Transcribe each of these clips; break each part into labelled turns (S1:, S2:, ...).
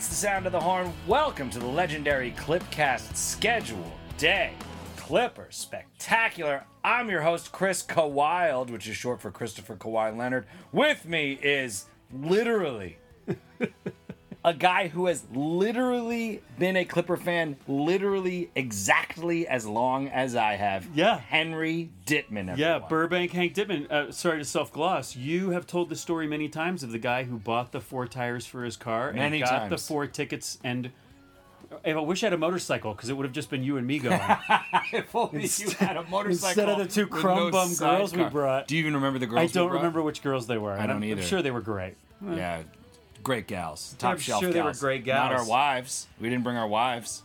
S1: sound of the horn. Welcome to the legendary Clipcast schedule day. Clipper spectacular. I'm your host Chris Kowild, which is short for Christopher Kawhi Leonard. With me is literally a guy who has literally been a Clipper fan literally exactly as long as I have.
S2: Yeah.
S1: Henry Dittman. Everyone.
S2: Yeah, Burbank Hank Dittman. Uh, sorry to self gloss. You have told the story many times of the guy who bought the four tires for his car and
S1: Many
S2: got the
S1: times.
S2: four tickets. And I wish I had a motorcycle because it would have just been you and me going.
S1: if only you had a motorcycle
S2: instead of the two
S1: with
S2: crumb bum
S1: sidecar.
S2: girls we brought.
S1: Do you even remember the girls?
S2: I
S1: we
S2: don't
S1: brought?
S2: remember which girls they were. I
S1: don't either.
S2: I'm sure they were great.
S1: Yeah, great gals, top
S2: I'm
S1: shelf.
S2: sure they were
S1: gals.
S2: great
S1: Not
S2: gals.
S1: our wives. We didn't bring our wives.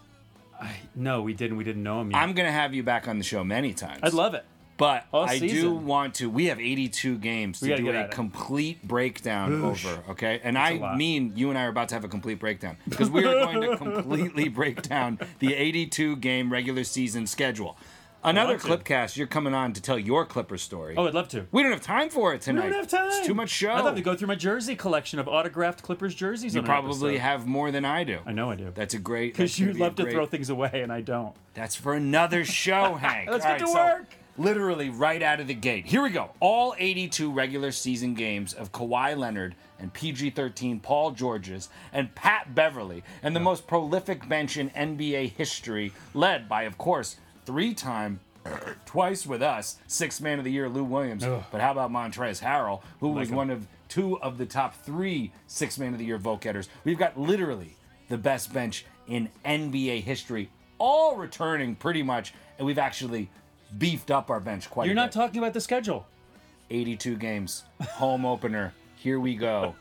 S2: No, we didn't. We didn't know them yet.
S1: I'm gonna have you back on the show many times.
S2: I'd love it.
S1: but
S2: all
S1: I do
S2: season.
S1: want to. We have 82 games to
S2: gotta
S1: do
S2: get
S1: a
S2: at it.
S1: complete breakdown
S2: Oosh.
S1: over. Okay, and
S2: a
S1: I
S2: lot.
S1: mean you and I are about to have a complete breakdown because we are going to completely break down the 82 game regular season schedule. Another
S2: to.
S1: clipcast. You're coming on to tell your Clipper story.
S2: Oh, I'd love to.
S1: we don't have time for it tonight.
S2: I don't have time.
S1: It's too much show.
S2: I'd love to go through my jersey collection of autographed Clippers jerseys.
S1: You
S2: on an
S1: probably
S2: episode.
S1: have more than I do.
S2: I know I do.
S1: That's a great.
S2: Because
S1: that's gonna
S2: you
S1: be a
S2: love to
S1: great-
S2: throw things away, and I don't.
S1: That's for another show, Hank.
S2: Let's
S1: All
S2: get to
S1: so
S2: work.
S1: literally right out of the gate. Here we go. All 82 regular season games of Kawhi Leonard and PG-13 Paul Georges and Pat Beverly and the most prolific bench in NBA history, led by, of course, three-time. Twice with us, sixth man of the year, Lou Williams. But how about Montrez Harrell, who was one of two of the top three six man of the year vote getters? We've got literally the best bench in NBA history, all returning pretty much, and we've actually beefed up our bench quite
S2: You're
S1: a
S2: not
S1: bit.
S2: talking about the schedule.
S1: 82 games, home opener. Here we go.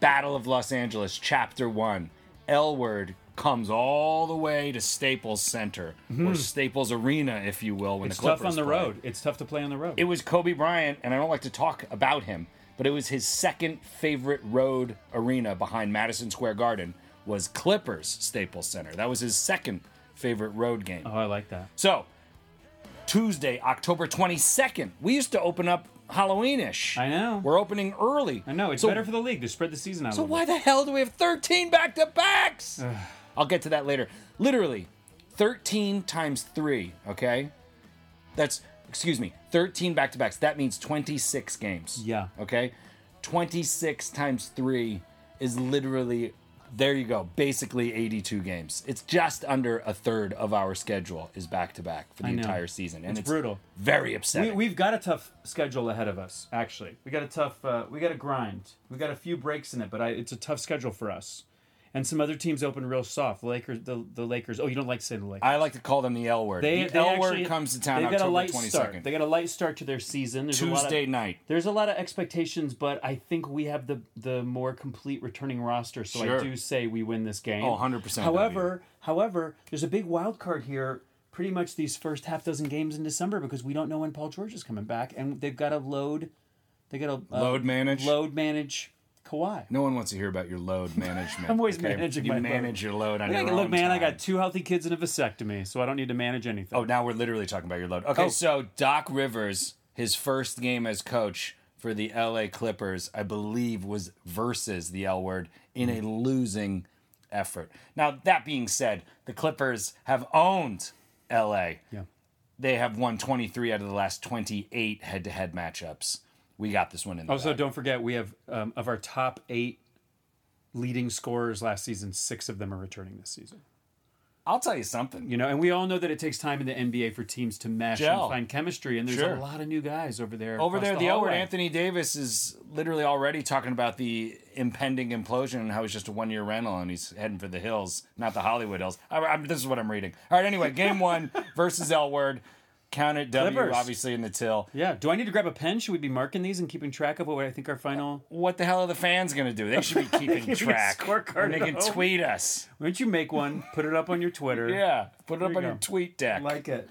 S1: Battle of Los Angeles, Chapter 1. L word comes all the way to Staples Center, or Staples Arena, if you will, when
S2: Mm-hmm. It's
S1: the
S2: tough
S1: Clippers
S2: on the
S1: play.
S2: road. It's tough to play on the road.
S1: It was Kobe Bryant, and I don't like to talk about him, but it was his second favorite road arena behind Madison Square Garden was Clippers Staples Center. That was his second favorite road game.
S2: oh, I like that.
S1: So Tuesday, October 22nd, we used to open up Halloweenish.
S2: I know.
S1: We're opening early.
S2: I know. It's
S1: so,
S2: better for the league to spread the season out. a
S1: So
S2: little
S1: why the hell do we have 13 back-to-backs? I'll get to that later. Literally, 13 times 3, okay? That's excuse me, 13 back-to-backs. That means 26 games.
S2: Yeah.
S1: Okay? 26 times 3 is literally there you go, basically 82 games. It's just under a third of our schedule is back to back for the
S2: I know.
S1: entire season. And it's,
S2: It's brutal.
S1: Very
S2: We,
S1: upsetting.
S2: we've got a tough schedule ahead of us. Actually, we got a tough. Uh, we got a grind. We got a few breaks in it, but I, it's a tough schedule for us. And some other teams open real soft. Lakers, the, the Lakers. Oh, you don't like saying the Lakers.
S1: I like to call them the L word.
S2: They,
S1: the
S2: they
S1: L
S2: actually-
S1: word comes to town
S2: they've
S1: October
S2: got a light
S1: 22nd.
S2: Start. They got a light start to their season. There's a lot of-
S1: Tuesday night.
S2: There's a lot of expectations, but I think we have the the more complete returning roster, so
S1: Sure.
S2: I do say we win this game.
S1: Oh, 100%
S2: However, however, there's a big wild card here. Pretty much these first half dozen games in December because we don't know when Paul George is coming back, and they've got to load. They got to uh,
S1: Load manage?
S2: Load manage Kawhi.
S1: No one wants to hear about your load management.
S2: I'm always managing
S1: you
S2: my load.
S1: manage your load on your
S2: look,
S1: own
S2: man, I
S1: time.
S2: got two healthy kids and a vasectomy, so I don't need to manage anything.
S1: Oh, now we're literally talking about your load. Okay,
S2: Oh.
S1: so Doc Rivers, his first game as coach for the LA Clippers, I believe, was versus the L word in a
S2: Mm.
S1: losing effort. Now, that being said, the Clippers have owned LA.
S2: Yeah.
S1: They have won 23 out of the last 28 head to head matchups. We got this one in the
S2: Also,
S1: bag.
S2: don't forget we have um, of our top eight leading scorers last season, six of them are returning this season.
S1: I'll tell you something.
S2: You know, and we all know that it takes time in the NBA for teams to mesh
S1: Gel.
S2: and find chemistry, and there's
S1: Sure.
S2: a lot of new guys over there.
S1: Over
S2: across
S1: there, the L word,
S2: hallway.
S1: Anthony Davis is literally already talking about the impending implosion and how he's just a one year rental and he's heading for the hills, not the Hollywood Hills. I, I'm, this is what I'm reading. All right, anyway, game one versus L word. Count it W,
S2: Clippers.
S1: obviously, in the till.
S2: Yeah. Do I need to grab a pen? Should we be marking these and keeping track of what I think our final?
S1: What the hell are the fans going to do? They should be keeping
S2: a
S1: track.
S2: scorecard
S1: and they
S2: at
S1: can
S2: home.
S1: tweet us.
S2: Why don't you make one, put it up on your Twitter?
S1: Yeah, put it up
S2: you
S1: on
S2: go.
S1: your tweet deck.
S2: it.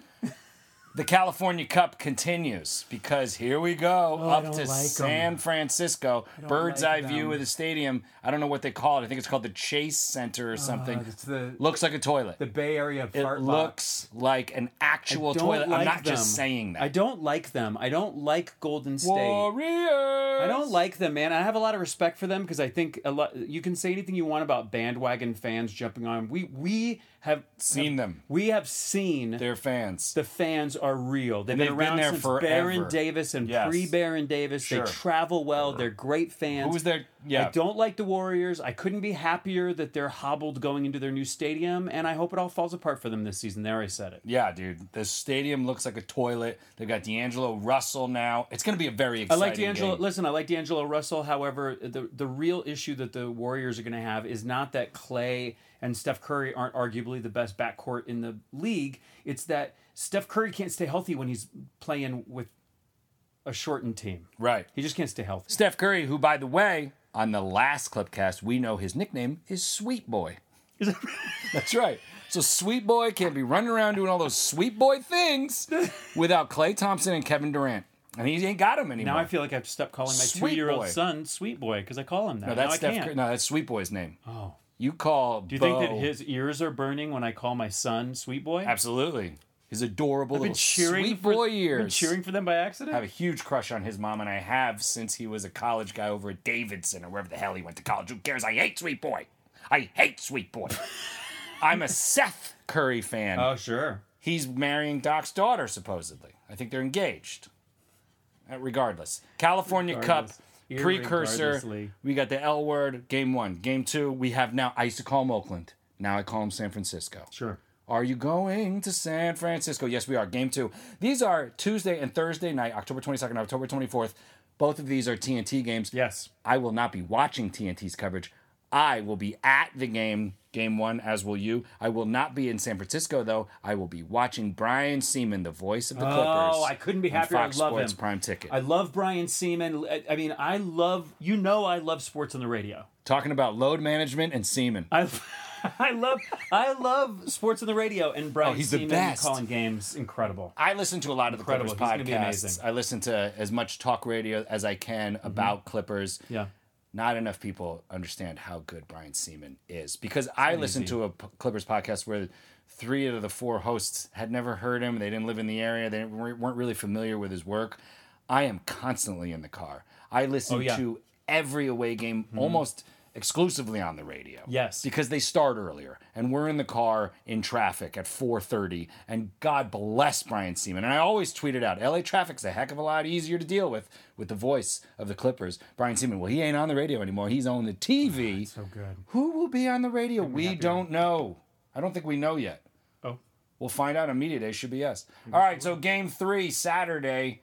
S1: The California Cup continues because here we go
S2: I
S1: up
S2: don't
S1: to
S2: like 'em.
S1: San Francisco.
S2: don't
S1: Bird's
S2: like
S1: eye view
S2: them.
S1: of the stadium. I don't know what they call it. I think it's called the Chase Center or something.
S2: Uh, it's the-
S1: looks like a toilet.
S2: The Bay Area
S1: it
S2: fart box.
S1: looks like an actual
S2: Don't
S1: toilet. I'm
S2: like
S1: not just
S2: them.
S1: saying that.
S2: I don't like them. I don't like Golden State.
S1: Warriors.
S2: I don't like them, man. I have a lot of respect for them because I think a lot. You can say anything you want about bandwagon fans jumping on. We we have
S1: seen them.
S2: we have seen
S1: They're fans.
S2: the fans are real. They've,
S1: they've
S2: been
S1: been
S2: around
S1: there
S2: since
S1: forever.
S2: Baron Davis and
S1: Yes.
S2: pre Baron Davis.
S1: Sure.
S2: They travel well. They're great fans.
S1: Who was there? Yeah.
S2: I don't like the Warriors. I couldn't be happier that they're hobbled going into their new stadium, and I hope it all falls apart for them this season. There, I said it.
S1: Yeah, dude. The stadium looks like a toilet. They've got D'Angelo Russell now. It's going to be a very
S2: I
S1: exciting.
S2: like D'Angelo.
S1: game.
S2: Listen, I like D'Angelo Russell. However, the the real issue that the Warriors are going to have is not that Clay and Steph Curry aren't arguably the best backcourt in the league. It's that Steph Curry can't stay healthy when he's playing with a shortened team.
S1: Right.
S2: He just can't stay healthy.
S1: Steph Curry, who, by the way, on the last Clipcast, we know his nickname is Sweet Boy. That's right. So Sweet Boy can't be running around doing all those Sweet Boy things without Clay Thompson and Kevin Durant. And he ain't got him anymore.
S2: Now I feel like I have to stop calling my
S1: Sweet
S2: two year
S1: boy.
S2: old son Sweet Boy because I call him that.
S1: no, that's
S2: now I
S1: Steph
S2: can't.
S1: Curry. No, that's Sweet Boy's name.
S2: Oh.
S1: You call
S2: Do you think that his ears are burning when I call my son Sweet Boy? I've
S1: Absolutely. His adorable
S2: been
S1: little
S2: cheering
S1: Sweet
S2: for
S1: Boy
S2: I've been
S1: years.
S2: cheering for them by accident.
S1: I have a huge crush on his mom, and I have since he was a college guy over at Davidson or wherever the hell he went to college. Who cares? I hate Sweet Boy. I hate Sweet Boy. I'm a Seth Curry fan.
S2: oh sure.
S1: He's marrying Doc's daughter, supposedly. I think they're engaged. Uh, regardless, California
S2: Regardless.
S1: Cup precursor.
S2: Irregardlessly.
S1: We got the L word. Game one, game two. We have now. I used to call him Oakland. Now I call him San Francisco.
S2: Sure.
S1: Are you going to San Francisco? Yes, we are. Game two. These are Tuesday and Thursday night, October 22nd, October 24th. Both of these are TNT games.
S2: Yes.
S1: I will not be watching TNT's coverage. I will be at the game, game one, as will you. I will not be in San Francisco, though. I will be watching Brian Seaman, the voice of the Clippers.
S2: Oh, I couldn't be
S1: on
S2: happier. I
S1: Fox
S2: love
S1: Sports
S2: him.
S1: Prime ticket.
S2: I love Brian Seaman. I- I mean, I love you know I love sports on the radio.
S1: Talking about load management and Seaman.
S2: I I love I love sports on Oh, the radio and Brian
S1: he's the
S2: Seaman
S1: best.
S2: calling games incredible.
S1: I listen to a lot of the
S2: Incredible.
S1: Clippers
S2: He's gonna be
S1: podcasts.
S2: amazing.
S1: I listen to as much talk radio as I can about
S2: Mm-hmm.
S1: Clippers.
S2: Yeah.
S1: Not enough people understand how good Brian Seaman is because I listened to a P- Clippers podcast where three out of the four hosts had never heard him. They didn't live in the area. They weren't weren't really familiar with his work. I am constantly in the car. I listen
S2: Oh, yeah. Mm-hmm.
S1: to every away game almost exclusively on the radio.
S2: Yes.
S1: Because they start earlier and we're in the car in traffic at 4:30 and God bless Brian Seaman. And I always tweet it out. LA traffic's a heck of a lot easier to deal with with the voice of the Clippers. Brian Seaman, well he ain't on the radio anymore. He's on the TV.
S2: So good.
S1: Who will be on the radio? We don't know. I don't think we know yet.
S2: Oh.
S1: We'll find out on media day. Should be us. All right. So game three Saturday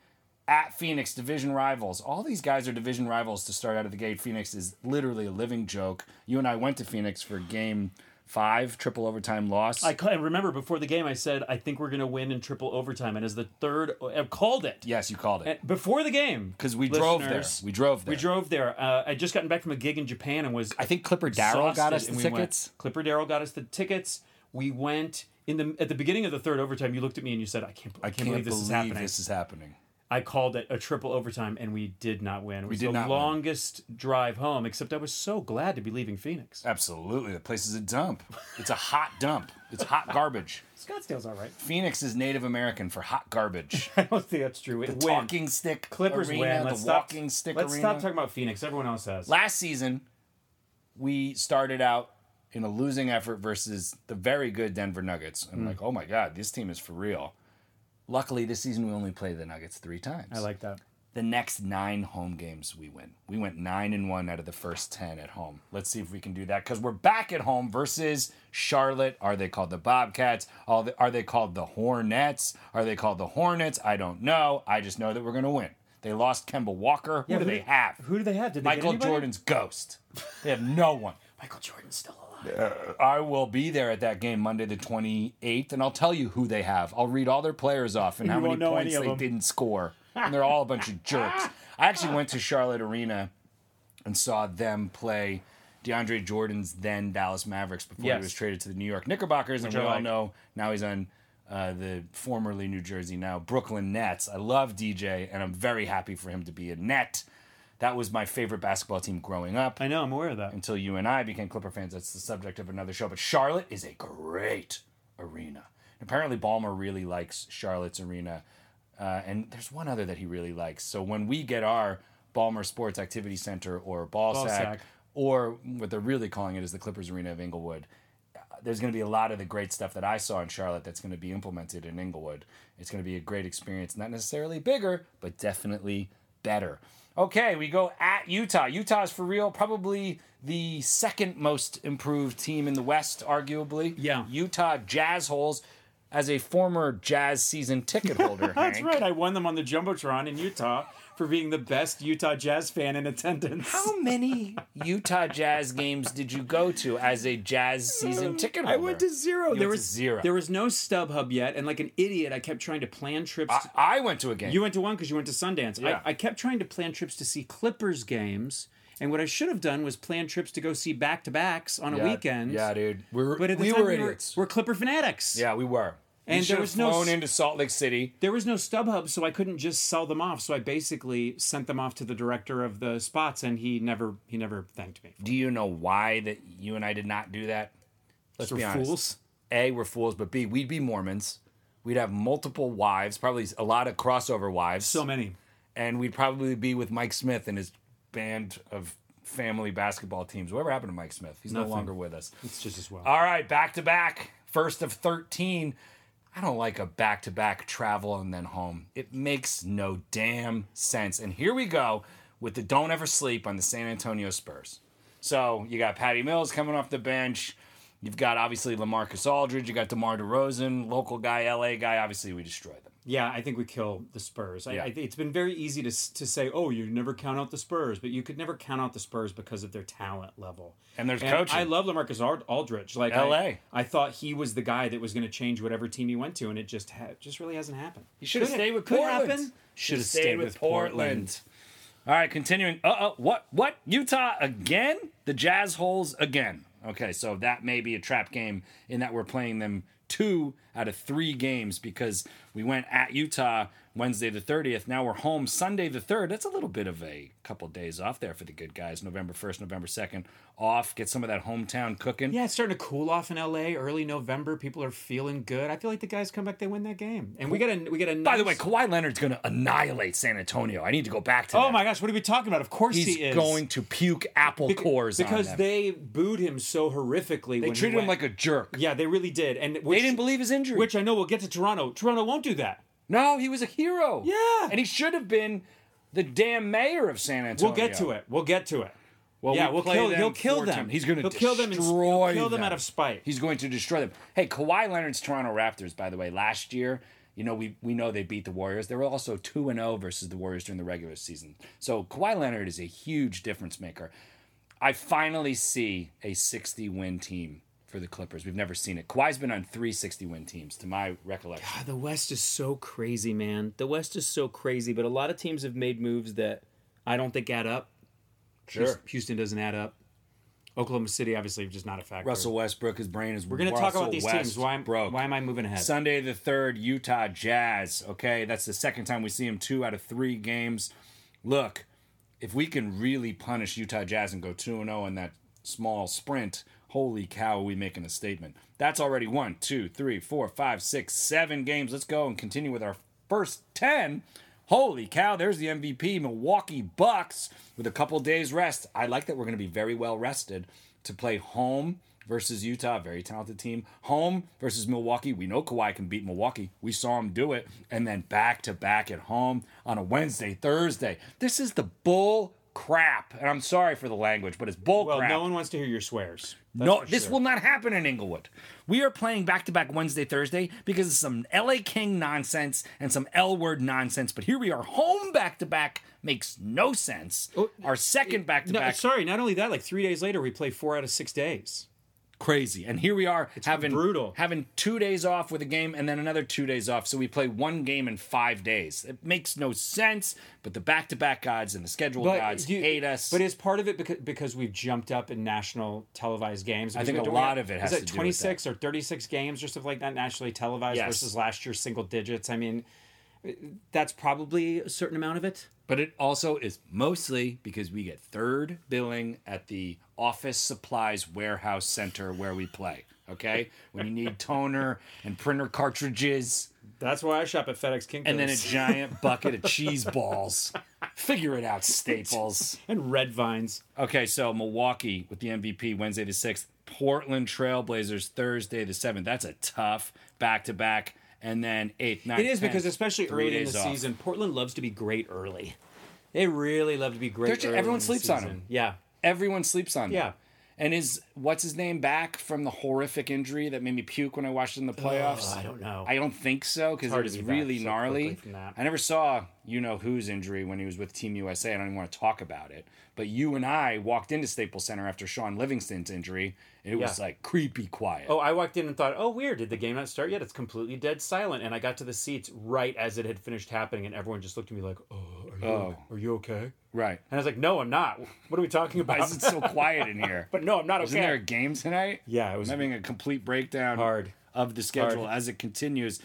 S1: at Phoenix, division rivals. All these guys are division rivals to start out of the gate. Phoenix is literally a living joke. You and I went to Phoenix for game five, triple overtime loss.
S2: I ca- I remember before the game I said I think we're going to win in triple overtime and as the third I called it.
S1: yes, you called it
S2: Before the game
S1: because we drove there.
S2: listeners,
S1: We drove there.
S2: We drove there. Uh, I just gotten back from a gig in Japan and was
S1: I think Clipper Darrell got
S2: exhausted,
S1: us the
S2: and we went-
S1: tickets.
S2: Clipper Darrell got us the tickets. We went in the at the beginning of the third overtime. You looked at me and you said, "I can't, I can't, believe this is happening."
S1: This is happening.
S2: I called it a triple overtime, and we did not win. It was
S1: did
S2: the
S1: not win.
S2: longest drive home. Except I was so glad to be leaving Phoenix.
S1: Uh, Absolutely, the place is a dump. It's a hot dump. It's hot garbage.
S2: Scottsdale's all right.
S1: Phoenix is Native American for hot garbage.
S2: I don't think that's true. It win.
S1: Talking stick
S2: Clippers
S1: arena,
S2: win.
S1: the
S2: Let's stop.
S1: walking stick
S2: let's
S1: arena.
S2: stop talking about Phoenix. Everyone else has.
S1: Last season, we started out in a losing effort versus the very good Denver Nuggets.
S2: Hmm.
S1: I'm like, oh my god, this team is for real. Luckily, this season we only play the Nuggets three times.
S2: I like that.
S1: the next nine home games we win. We went nine and one out of the first ten at home. Let's see if we can do that because we're back at home versus Charlotte. Are they called the Bobcats? All the- Are they called the Hornets? Are they called the Hornets? I don't know. I just know that we're gonna win. They lost Kemba Walker. Who do
S2: who-
S1: they have?
S2: Who do they have? Did they
S1: Michael
S2: get anybody?
S1: Jordan's ghost. They have no one.
S2: Michael Jordan's still alive.
S1: I will be there at that game Monday the 28th, and I'll tell you who they have. I'll read all their players off and how
S2: You
S1: many
S2: won't know
S1: points
S2: any of
S1: they
S2: them.
S1: didn't score. And they're all a bunch of jerks. I actually went to Charlotte Arena and saw them play DeAndre Jordan's then Dallas Mavericks before
S2: Yes.
S1: he was traded to the New York Knickerbockers. And we
S2: I
S1: all
S2: like.
S1: know now he's on uh, the formerly New Jersey, now Brooklyn Nets. I love DJ, and I'm very happy for him to be a Net. That was my favorite basketball team growing up
S2: I know. I'm aware of that.
S1: until you and I became Clipper fans. That's the subject of another show. But Charlotte is a great arena. Apparently, Balmer really likes Charlotte's arena. Uh, and there's one other that he really likes. So when we get our Balmer Sports Activity Center or Ball,
S2: Ball
S1: sack,
S2: Sack.
S1: or what they're really calling it is the Clippers Arena of Inglewood, uh, there's going to be a lot of the great stuff that I saw in Charlotte that's going to be implemented in Inglewood. It's going to be a great experience, not necessarily bigger, but definitely better. Okay, we go at Utah. Utah is for real, probably the second most improved team in the West, arguably.
S2: Yeah.
S1: Utah Jazz Holes, as a former Jazz season ticket holder.
S2: That's
S1: Hank.
S2: right. I won them on the jumbotron in Utah for being the best Utah Jazz fan in attendance.
S1: How many Utah Jazz games did you go to as a Jazz season ticket
S2: I
S1: holder?
S2: went to zero.
S1: You
S2: there
S1: went
S2: was
S1: to zero.
S2: There was no StubHub yet, and like an idiot, I kept trying to plan trips. to-
S1: I went to a game.
S2: you went to one because you went to Sundance.
S1: Yeah.
S2: I, I kept trying to plan trips to see Clippers games, and what I should have done was plan trips to go see back to backs on a
S1: yeah,
S2: weekend.
S1: Yeah, dude. We were,
S2: But at the
S1: we
S2: time,
S1: were
S2: we were,
S1: idiots.
S2: we're Clipper fanatics.
S1: yeah, we were.
S2: And
S1: we
S2: there
S1: should
S2: was
S1: have
S2: no
S1: flown
S2: s-
S1: into Salt Lake City.
S2: There was no StubHub, so I couldn't just sell them off. So I basically sent them off to the director of the spots, and he never he never thanked me.
S1: Do you know why that you and I did not do that? Let's
S2: We're
S1: be honest.
S2: fools.
S1: A, we're fools, but B, we'd be Mormons. We'd have multiple wives, probably a lot of crossover wives.
S2: So many.
S1: and we'd probably be with Mike Smith and his band of family basketball teams. Whatever happened to Mike Smith? He's no
S2: Nothing.
S1: longer with us.
S2: It's just as well.
S1: All right, back to back, first of 13. I don't like a back to back travel and then home. It makes no damn sense. And here we go with the don't ever sleep on the San Antonio Spurs. So you got Patty Mills coming off the bench. You've got obviously Lamarcus Aldridge. You got DeMar DeRozan, local guy, LA guy. Obviously, we destroy them.
S2: Yeah, I think we kill the Spurs. I,
S1: Yeah.
S2: I, think it's been very easy to s- to say, "Oh, you never count out the Spurs," but you could never count out the Spurs because of their talent level.
S1: And there's coaching.
S2: I love Lamarcus Ard- Aldridge. Like I-
S1: LA.
S2: I, thought he was the guy that was going to change whatever team he went to, and it just ha- just really hasn't happened.
S1: You should have stayed with Portland. Should have stayed with Portland. All right, continuing. Uh oh, what? What? Utah again? The Jazz holes again. Okay, so that may be a trap game in that we're playing them two out of three games because we went at Utah Wednesday the 30th. Now we're home Sunday the 3rd. That's a little bit of a couple days off there for the good guys. November 1st, November 2nd off. Get some of that hometown cooking.
S2: Yeah, it's starting to cool off in LA. Early November, people are feeling good. I feel like the guys come back, they win that game, and we got a we got a.
S1: By the way, Kawhi Leonard's going to annihilate San Antonio. I need to go back to that.
S2: oh my gosh, what are we talking about? Of course
S1: He's
S2: he is
S1: going to puke apple cores on
S2: because
S1: them.
S2: they booed him so horrifically.
S1: They treated him like a jerk.
S2: Yeah, they really did, and which,
S1: They didn't believe his injury.
S2: Which I know we'll get to Toronto. Toronto won't do that.
S1: no, he was a hero.
S2: Yeah.
S1: and he should have been the damn mayor of San Antonio.
S2: We'll get to it. We'll get to it. Well, yeah,
S1: Oh, we
S2: we'll
S1: play
S2: kill.
S1: them
S2: He'll kill
S1: four
S2: them.
S1: times. He's going to
S2: He'll
S1: destroy
S2: kill them. and s- he'll kill them out of spite.
S1: He's going to destroy them. Hey, Kawhi Leonard's Toronto Raptors, by the way, last year. You know, we, we know they beat the Warriors. They were also 2 and 0 versus the Warriors during the regular season. So Kawhi Leonard is a huge difference maker. I finally see a 60 win team for the Clippers. We've never seen it. Kawhi's been on three 60 win teams, to my recollection.
S2: God, the West is so crazy, man. The West is so crazy, but a lot of teams have made moves that I don't think add up.
S1: Sure.
S2: Houston doesn't add up. Oklahoma City, obviously, just not a factor.
S1: Russell Westbrook, his brain is.
S2: We're gonna talk about these teams. Why am, why am I moving ahead?
S1: Sunday the third, Utah Jazz. Okay, that's the second time we see him two out of three games. Look, if we can really punish Utah Jazz and go two and zero in that small sprint, holy cow, are we making a statement? That's already one, two, three, four, five, six, seven games. Let's go and continue with our first ten. Holy cow, there's the MVP, Milwaukee Bucks, with a couple days rest. I like that we're going to be very well rested to play home versus Utah, very talented team. Home versus Milwaukee. We know Kawhi can beat Milwaukee. We saw him do it. And then back to back at home on a Wednesday, Thursday. This is the bull crap. And I'm sorry for the language, but it's bull
S2: well,
S1: crap.
S2: no one wants to hear your swears. That's
S1: No,
S2: for
S1: this
S2: sure.
S1: will not happen in Inglewood. We are playing back to back Wednesday, Thursday because of some LA King nonsense and some L word nonsense. But here we are, home back to back makes no sense. Our second back to
S2: Oh, No,
S1: back.
S2: sorry. Not only that, like three days later, we play four out of six days.
S1: crazy. And here we are having
S2: brutal.
S1: having two days off with a game and then another two days off. So we play one game in five days. It makes no sense, but the back to back gods and the schedule gods
S3: you-
S1: hate us.
S2: But is part of it because because we've jumped up in national televised games? I
S1: think a lot of it has
S2: is
S1: to
S2: it
S1: do with that.
S2: 26 or 36 games or stuff like that nationally televised
S1: Yes.
S2: versus last year's single digits. I mean, that's probably a certain amount of it.
S1: But it also is mostly because we get third billing at the office supplies warehouse center where we play. Okay? When you need toner and printer cartridges
S2: That's why I shop at FedEx King
S1: and then a giant bucket of cheese balls. Figure it out, Staples.
S2: and Red Vines.
S1: Okay, so Milwaukee with the MVP Wednesday the 6th, Portland Trailblazers Thursday the 7th. That's a tough back to back. And then 8th, 9th.
S2: It is because
S1: 10th,
S2: especially
S1: three
S2: early in
S1: days
S2: the
S1: off.
S2: season, Portland loves to be great early. They really love to be great.
S1: They're ju-
S2: early
S1: everyone
S2: in the
S1: sleeps on
S2: season.
S1: them.
S2: Yeah,
S1: Everyone sleeps on them.
S2: Yeah.
S1: And is what's his name back from the horrific injury that made me puke when I watched it in the playoffs?
S2: Oh, I don't know.
S1: I don't think so because it
S2: hard
S1: was
S2: to be back
S1: really
S2: so
S1: gnarly.
S2: quickly from that.
S1: I never saw you know whose injury when he was with Team USA. I don't even want to talk about it. But you and I walked into Staples Center after Sean Livingston's injury. And it was
S2: Yeah.
S1: like creepy quiet.
S2: Oh, I walked in and thought, oh, weird. Did the game not start yet? It's completely dead silent. And I got to the seats right as it had finished happening, and everyone just looked at me like, oh, are you, are you okay? And
S1: Right.
S2: I was like, no, I'm not. What are we talking
S1: Why
S2: about?
S1: is it so quiet in here?
S2: but no, I'm not
S1: Isn't there a
S2: okay.
S1: game tonight?
S2: Yeah, it was-
S1: I'm having a complete breakdown
S2: Hard.
S1: of the schedule as it continues.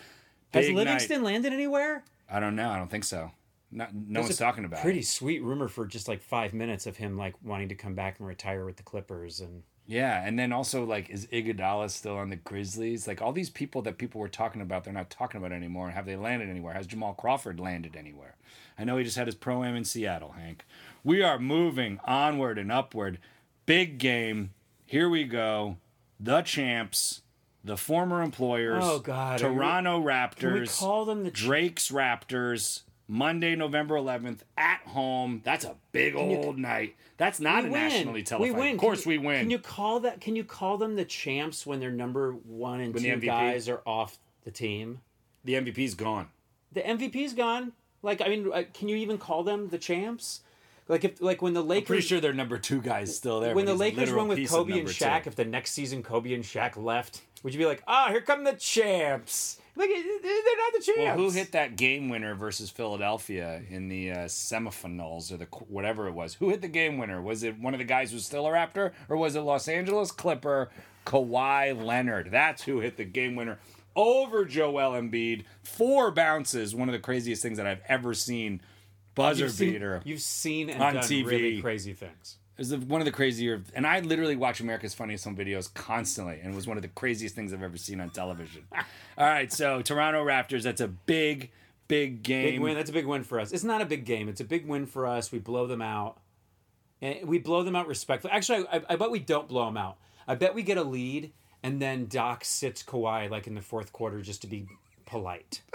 S2: Has
S1: Big night.
S2: Livingston landed anywhere?
S1: I don't know. I don't think so. Not, no
S2: There's
S1: one's
S2: a
S1: talking about
S2: Pretty
S1: it.
S2: sweet rumor for just like five minutes of him like wanting to come back and retire with the Clippers. And
S1: Yeah, and then also like, is Iguodala still on the Grizzlies? Like all these people that people were talking about, they're not talking about anymore. Have they landed anywhere? Has Jamal Crawford landed anywhere? I know he just had his pro am in Seattle. Hank, we are moving onward and upward. Big game. Here we go. The champs, the former employers.
S2: Oh, God, are we-
S1: Toronto
S2: Can
S1: Raptors.
S2: we call them the
S1: Drake's Raptors Monday, November 11th at home. That's a big old night. That's not a
S2: win.
S1: nationally
S2: We
S1: televised.
S2: win.
S1: Of course,
S2: Can-
S1: we win.
S2: Can you call that? Can you call them the champs when their number one and
S1: When the
S2: two
S1: MVP?
S2: guys are off the team?
S1: The MVP's gone.
S2: The MVP's gone. Like, I mean, uh, can you even call them the champs? Like, if like when the
S1: Pretty
S2: Lakers
S1: sure their number two guy's still there.
S2: when
S1: but
S2: the
S1: he's a
S2: Lakers
S1: literal
S2: won with
S1: piece of
S2: Kobe and
S1: number
S2: Shaq,
S1: two.
S2: if the next season Kobe and Shaq left, would you be like, ah, here come the champs? Like, eh, eh, they're not the champs.
S1: Well, who hit that game winner versus Philadelphia in the uh, semifinals or the qu- whatever it was? Who hit the game winner? Was it one of the guys who's still a Raptor, or was it Los Angeles Clipper Kawhi Leonard? That's who hit the game winner over Joel Embiid. Four bounces, one of the craziest things that I've ever seen. Buzzer
S2: You've seen-
S1: beater.
S2: You've seen and
S1: On
S2: done
S1: TV.
S2: really crazy things.
S1: It was the- one of the crazier, and I literally watch America's Funniest Home Videos constantly, and it was one of the craziest things I've ever seen on television. All right, so Toronto Raptors, that's a big, big game.
S2: Big win. That's a big win for us. It's not a big game. It's a big win for us. We blow them out, and we blow them out respectfully. Actually, I, I- I bet we don't blow them out. I bet we get a lead, and then Doc sits Kawhi like in the fourth quarter just to be polite.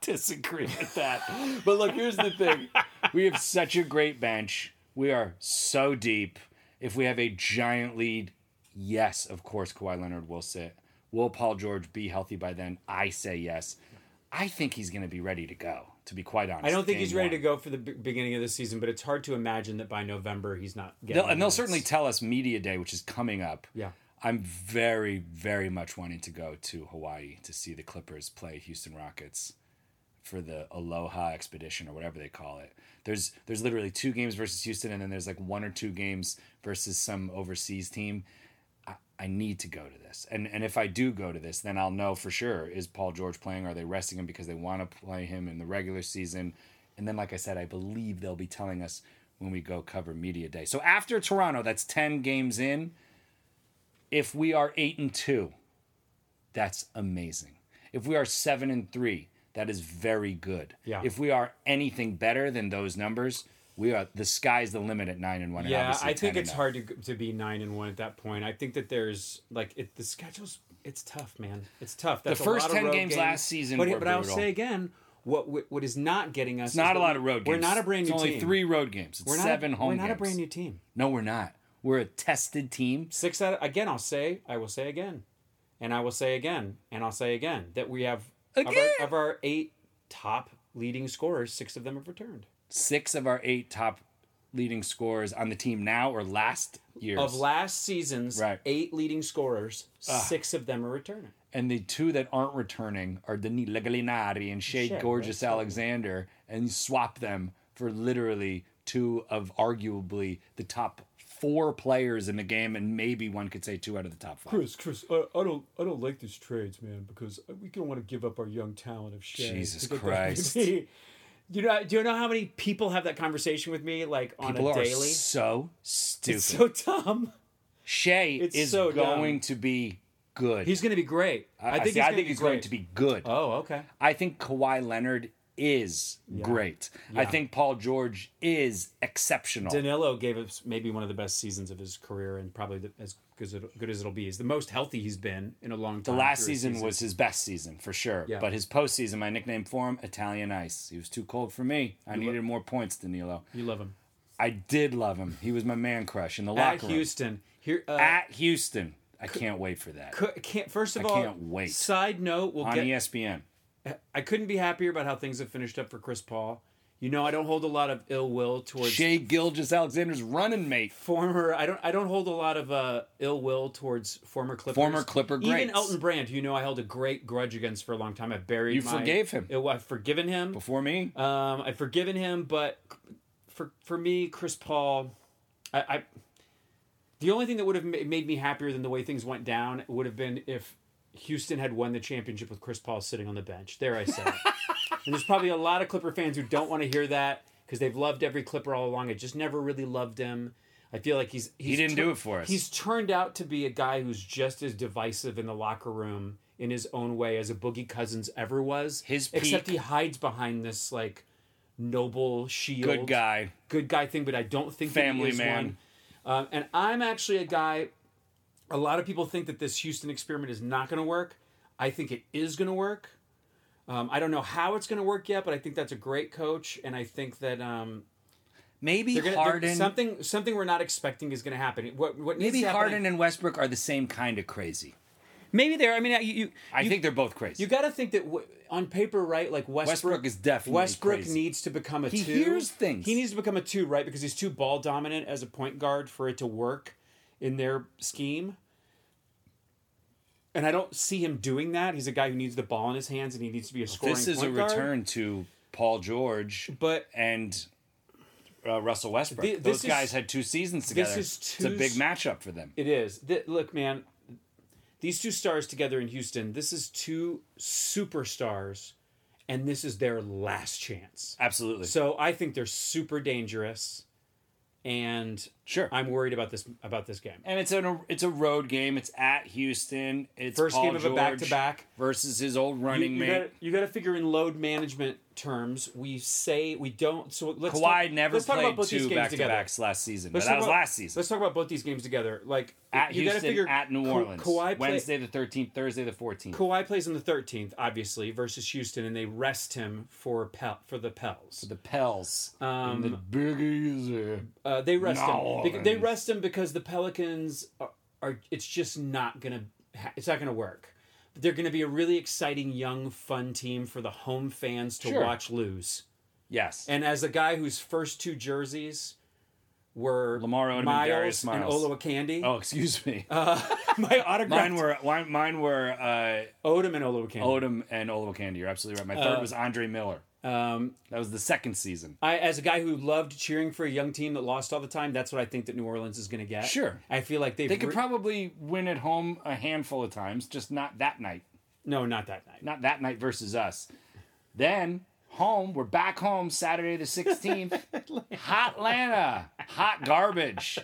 S1: Disagree with that. But look, here's the thing: we have such a great bench. We are so deep. If we have a giant lead, yes, of course, Kawhi Leonard will sit. Will Paul George be healthy by then? I say yes. I think he's going to be ready to go. To be quite honest,
S2: I don't think he's ready to go for the b- beginning of the season, but it's hard to imagine that by November he's not. Getting
S1: They'll, and they'll
S2: minutes.
S1: certainly tell us media day, which is coming up.
S2: Yeah.
S1: I'm very, very much wanting to go to Hawaii to see the Clippers play Houston Rockets for the Aloha Expedition or whatever they call it. There's there's literally two games versus Houston, and then there's like one or two games versus some overseas team. I, I need to go to this, and and if I do go to this, then I'll know for sure is Paul George playing? Are they resting him because they want to play him in the regular season? And then, like I said, I believe they'll be telling us when we go cover media day. So after Toronto, that's ten games in if we are eight and two, that's amazing. If we are seven and three, that is very good.
S2: Yeah.
S1: If we are anything better than those numbers, we are the sky's the limit at nine and one. and
S2: Yeah,
S1: obviously
S2: I
S1: 10
S2: think
S1: and
S2: it's
S1: up.
S2: hard to g- to be nine and one at that point. I think that there's like it, the schedule's it's tough, man. It's tough. That's a
S1: first
S2: lot of
S1: 10
S2: road
S1: games last season
S2: But,
S1: were
S2: but I'll
S1: brutal.
S2: say again, what we- what is not getting us?
S1: It's not a lot of road games.
S2: We're not a brand new
S1: It's only
S2: team.
S1: three road games. It's
S2: We're not,
S1: seven home
S2: We're not
S1: games.
S2: a brand new team.
S1: No, we're not. We're a tested team.
S2: Six out of, again. I'll say. I will say again, and I will say again, and I'll say again that we have
S1: Again?
S2: Of, our, of our eight top leading scorers, six of them have returned.
S1: Six of our eight top leading scorers on the team now or last year's.
S2: Of last season's
S1: Right.
S2: eight leading scorers, six of them are returning.
S1: and the two that aren't returning are Denis Legalinari and Shea
S2: Shea,
S1: Gorgeous Alexander, and you swap them for literally two of arguably the top four players in the game, and maybe one could say two out of the top five.
S4: Chris, Chris, I, I don't, I don't like these trades, man, because we don't want to give up our young talent of Shea.
S1: Jesus
S4: to get that
S1: Christ.
S4: baby.
S2: Do you know? Do you know how many people have that conversation with me, like on
S1: People
S2: a
S1: are
S2: daily?
S1: so stupid.
S2: It's so dumb.
S1: Shea
S2: it's
S1: is
S2: so dumb.
S1: going to be good.
S2: He's going to be great.
S1: I, think,
S2: he's,
S1: I
S2: gonna
S1: think
S2: be
S1: he's
S2: great.
S1: going to be good.
S2: Oh, okay.
S1: I think Kawhi Leonard is great. I think Paul George is exceptional.
S2: Danilo gave us maybe one of the best seasons of his career, and probably the, as good as, it, good as it'll be. He's the most healthy he's been in a long time.
S1: The last
S2: through his
S1: season was his best season for sure.
S2: Yeah.
S1: But his postseason, my nickname for him, Italian Ice. He was too cold for me. I needed more points, Danilo.
S2: You love him
S1: I did love him. He was my man crush in the
S2: at
S1: locker room.
S2: Houston. Here, uh,
S1: At Houston. I can't wait for that.
S2: cou- can't, first of
S1: I
S2: all,
S1: can't wait.
S2: Side note: We'll
S1: On E
S2: get.
S1: ESPN.
S2: I couldn't be happier about how things have finished up for Chris Paul. You know, I don't hold a lot of ill will towards
S1: Shea Gilgis Alexander's running mate.
S2: former. I don't. I don't hold a lot of uh, ill will towards former Clippers.
S1: Former Clipper
S2: Even
S1: greats.
S2: Elton Brand, who you know I held a great grudge against for a long time. I buried.
S1: You
S2: my-
S1: forgave him.
S2: Ill- I've forgiven him.
S1: Before me,
S2: Um, I've forgiven him, but for for me, Chris Paul, I. I the only thing that would have ma- made me happier than the way things went down would have been if Houston had won the championship with Chris Paul sitting on the bench. There, I said it. And there's probably a lot of Clipper fans who don't want to hear that because they've loved every Clipper all along. I just never really loved him. I feel like he's, he's
S1: didn't do it for us.
S2: He's turned out to be a guy who's just as divisive in the locker room in his own way as a Boogie Cousins ever was.
S1: His
S2: except
S1: peak-
S2: he hides behind this like noble shield,
S1: good guy.
S2: good guy thing. But I don't think that he
S1: Family
S2: is
S1: man.
S2: one. Um, and I'm actually a guy. A lot of people think that this Houston experiment is not going to work. I think it is going to work. Um, I don't know how it's going to work yet, but I think that's a great coach, and I think that um,
S1: Maybe
S2: they're gonna, they're-
S1: Harden.
S2: something something we're not expecting is going to happen. What what needs
S1: maybe
S2: to happen-
S1: Harden and Westbrook are the same kind of crazy.
S2: maybe they're. I mean, you you,
S1: I
S2: you,
S1: think they're both crazy.
S2: you got to think that w- on paper, right? Like Westbrook,
S1: Westbrook is definitely
S2: Westbrook
S1: crazy.
S2: needs to become a
S1: He
S2: two.
S1: hears things.
S2: He needs to become a two, right? Because he's too ball dominant as a point guard for it to work in their scheme. And I don't see him doing that. He's a guy who needs the ball in his hands, and he needs to be a scoring.
S1: this is a
S2: point guard.
S1: return to Paul George
S2: but
S1: and uh, Russell Westbrook.
S2: Thi-
S1: Those
S2: this
S1: guys
S2: is-
S1: had two seasons together.
S2: is
S1: it's a
S2: too
S1: big
S2: s-
S1: matchup for them.
S2: It is. Th- look, man, these two stars together in Houston, this is two superstars, and this is their last chance.
S1: Absolutely.
S2: So I think they're super dangerous, and
S1: sure.
S2: I'm worried about this about this game.
S1: and it's a it's a road game. It's at Houston. It's
S2: First
S1: Paul
S2: game of a
S1: George
S2: back-to-back.
S1: versus his old
S2: You,
S1: running
S2: you,
S1: mate.
S2: gotta, you gotta figure in load management terms. We say we don't. So let's
S1: Kawhi
S2: talk,
S1: never
S2: let's talk about
S1: played
S2: both these
S1: two
S2: games
S1: back to
S2: together.
S1: backs last season,
S2: Let's
S1: but that
S2: talk
S1: was
S2: about-
S1: last season.
S2: Let's talk about both these games together. Like
S1: At
S2: you
S1: Houston,
S2: gotta figure
S1: at New
S2: Ka-
S1: Orleans,
S2: Kawhi play,
S1: Wednesday the thirteenth, Thursday the fourteenth.
S2: Kawhi plays on the 13th, obviously, versus Houston, and they rest him for Pel for the Pels.
S1: The Pels, um, the Big Easy.
S2: Uh, they rest
S1: No.
S2: him. Bec- They rest him because the Pelicans are. are it's just not gonna. ha- It's not gonna work. But they're gonna be a really exciting, young, fun team for the home fans to
S1: Sure.
S2: watch lose.
S1: Yes,
S2: And as a guy whose first two jerseys were
S1: Lamar Odom and Darius
S2: Miles and
S1: Miles.
S2: Oloa Candy,
S1: Oh, excuse me.
S2: my
S1: mine
S2: autograph
S1: were mine were uh,
S2: Odom and Oloa Candy.
S1: Odom and Oliver Candy. You're absolutely right. My third was Andre Miller.
S2: Um,
S1: That was the second season.
S2: I, as a guy who loved cheering for a young team that lost all the time, that's what I think that New Orleans is going to get.
S1: Sure.
S2: I feel like they've
S1: They could
S2: re-
S1: probably win at home a handful of times, just not that night.
S2: no, not that night.
S1: Not that night versus us. Then home, we're back home Saturday the 16th. Hot Atlanta. Hot garbage.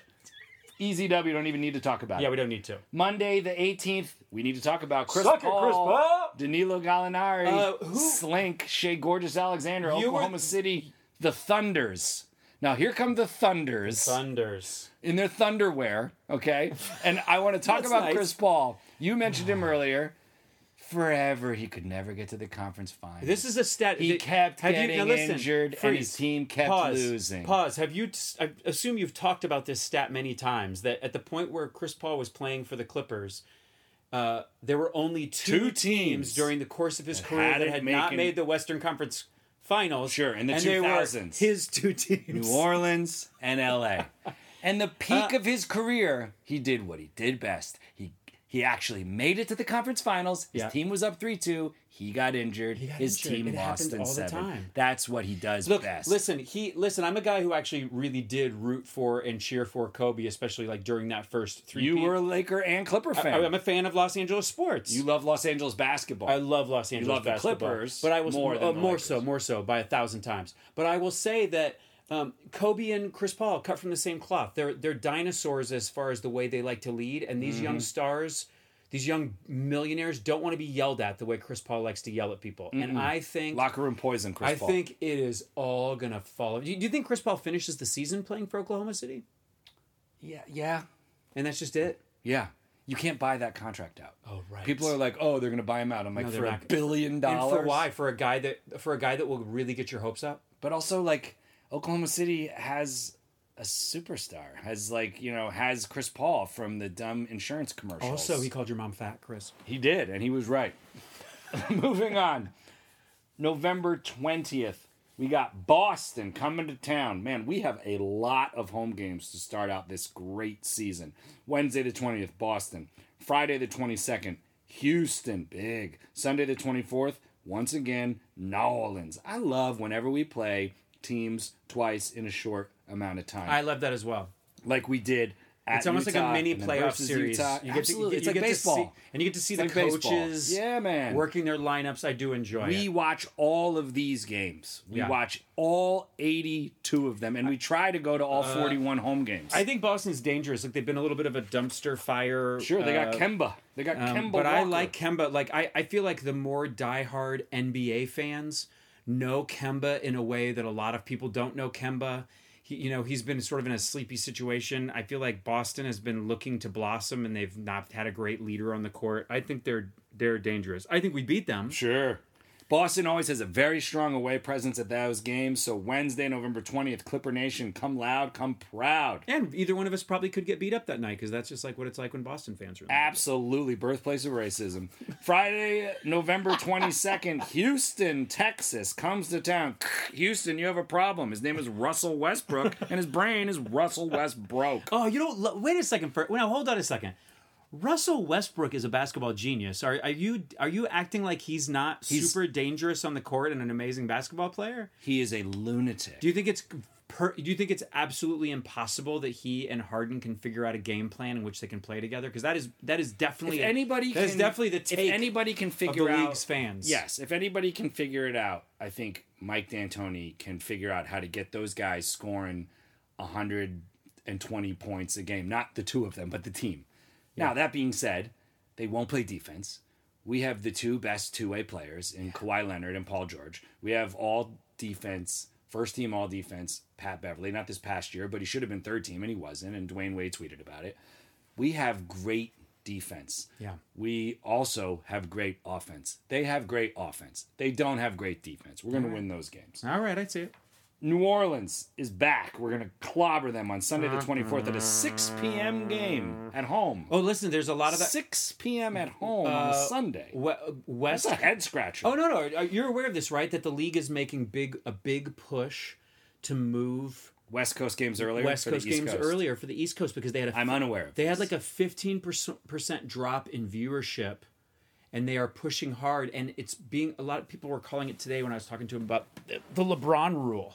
S1: Easy W, don't even need to talk about
S2: Yeah,
S1: it.
S2: we don't need to.
S1: Monday the 18th, we need to talk about Chris,
S2: Suck it, Chris
S1: Paul,
S2: Paul!
S1: Danilo Gallinari,
S2: Uh, who-
S1: Slink, Shea Gorgeous Alexander,
S2: You were-
S1: Oklahoma City, the Thunders. Now here come the Thunders
S2: Thunders.
S1: in their thunderwear, okay? And I want to talk
S2: That's
S1: about
S2: nice.
S1: Chris Paul. You mentioned him earlier. Forever, he could never get to the conference final.
S2: This is a stat.
S1: he
S2: that-
S1: kept
S2: have you-
S1: getting
S2: now listen,
S1: injured, and his
S2: freeze.
S1: team kept
S2: Pause.
S1: losing.
S2: Pause. Have you? t- I assume you've talked about this stat many times. That at the point where Chris Paul was playing for the Clippers, uh, there were only two,
S1: Two teams
S2: during the course of his career
S1: had
S2: that
S1: it
S2: had not
S1: making-
S2: made the Western Conference finals.
S1: Sure, in the
S2: and they were
S1: 2000s.
S2: his two teams.
S1: New Orleans and LA. and the peak
S2: Uh,
S1: of his career, he did what he did best. He he actually made it to the conference finals. His
S2: Yeah.
S1: team was up 3-2. He got injured.
S2: got
S1: his
S2: injured.
S1: team
S2: It
S1: lost
S2: happens
S1: in
S2: all the
S1: 7.
S2: time.
S1: That's what he does
S2: Look,
S1: best.
S2: listen, he listen, I'm a guy who actually really did root for and cheer for Kobe, especially like during that first three.
S1: you were a Laker and Clipper fan.
S2: I, am a fan of Los Angeles sports.
S1: you love Los Angeles basketball.
S2: I love Los Angeles
S1: love the
S2: basketball,
S1: Clippers
S2: but I was
S1: more
S2: more
S1: than the
S2: more
S1: Lakers.
S2: so, more so by a thousand times. But I will say that um, Kobe and Chris Paul cut from the same cloth. They're they're dinosaurs as far as the way they like to lead, and these
S1: Mm-hmm.
S2: young stars, these young millionaires, don't want to be yelled at the way Chris Paul likes to yell at people. And I think
S1: Locker room poison, Chris
S2: I
S1: Paul.
S2: think it is all gonna fall. Do you, do you think Chris Paul finishes the season playing for Oklahoma City,
S1: yeah, yeah,
S2: and that's just it?
S1: yeah. You can't buy that contract out.
S2: Oh, right.
S1: People are like, oh, they're going to buy him out. I'm like,
S2: they're
S1: for a
S2: not.
S1: billion dollars.
S2: And for why? For a guy that for a guy that will really get your hopes up.
S1: but also like Oklahoma City has a superstar, has like you know has Chris Paul from the dumb insurance commercials.
S2: Also, he called your mom fat, Chris.
S1: he did, and he was right. Moving on, November twentieth, we got Boston coming to town. Man, we have a lot of home games to start out this great season. Wednesday the twentieth, Boston. Friday the twenty second, Houston. Big Sunday the twenty fourth. Once again, New Orleans. I love whenever we play teams twice in a short amount of time
S2: I love that as well.
S1: like we did. At
S2: It's almost like
S1: Utah
S2: a mini
S1: and then
S2: playoff
S1: versus
S2: series.
S1: Utah.
S2: You get to, you
S1: Absolutely,
S2: get,
S1: it's
S2: you
S1: like
S2: get to
S1: baseball.
S2: see- and you get to see
S1: It's
S2: the
S1: like baseball.
S2: coaches,
S1: Yeah, man.
S2: working their lineups. I do enjoy
S1: we
S2: it.
S1: watch all of these games. We
S2: Yeah.
S1: watch all 82 of them, and we try to go to all 41 home games.
S2: Uh, I think Boston's dangerous. Like they've been a little bit of a dumpster fire.
S1: sure, they got
S2: uh,
S1: Kemba. They got
S2: um,
S1: Kemba.
S2: but I
S1: Walker.
S2: like Kemba. Like I, I feel like the more diehard NBA fans know Kemba in a way that a lot of people don't know Kemba. He, you know, he's been sort of in a sleepy situation. I feel like Boston has been looking to blossom, and they've not had a great leader on the court. I think they're they're dangerous. I think we beat them.
S1: Sure. Boston always has a very strong away presence at those games. So Wednesday, November 20th, Clipper Nation, come loud, come proud.
S2: And either one of us probably could get beat up that night because that's just like what it's like when Boston fans are. in the-
S1: Absolutely, birthplace of racism. Friday, November 22nd, Houston, Texas comes to town. Houston, you have a problem. His name is Russell Westbrook, and his brain is Russell Westbrook.
S2: Oh, you don't. lo- Wait a second. For well, now, hold on a second. Russell Westbrook is a basketball genius. Are, are you are you acting like he's not super dangerous on the court and an amazing basketball player?
S1: He is a lunatic.
S2: Do you think it's per, do you think it's absolutely impossible that he and Harden can figure out a game plan in which they can play together? Because that is that is definitely
S1: if anybody
S2: that is
S1: can,
S2: definitely the
S1: if
S2: take
S1: anybody can
S2: of
S1: figure
S2: the
S1: out
S2: league's fans.
S1: Yes, if anybody can figure it out, I think Mike D'Antoni can figure out how to get those guys scoring 120 points a game. Not the two of them, but the team. Now, that being said, they won't play defense. We have the two best two way players in Kawhi Leonard and Paul George. We have all defense, first team all defense, Pat Beverly. Not this past year, but he should have been third team and he wasn't. And Dwayne Wade tweeted about it. We have great defense.
S2: Yeah.
S1: We also have great offense. They have great offense. They don't have great defense. We're going to win those games.
S2: All right, I see it.
S1: New Orleans is back. We're going to clobber them on Sunday
S2: Uh-huh.
S1: the 24th at a 6 p.m. game at home.
S2: Oh, listen, there's a lot of that.
S1: 6 p.m. at home on a Sunday.
S2: We- West
S1: That's a head scratcher.
S2: Oh no, no, you're aware of this, right? That the league is making big a big push to move
S1: West Coast games earlier.
S2: West
S1: for the
S2: Coast
S1: East
S2: games earlier for the East Coast because they had a
S1: I'm unaware. Of
S2: they
S1: this.
S2: had like a 15% drop in viewership and they are pushing hard and it's being a lot of people were calling it today when I was talking to them about the the LeBron rule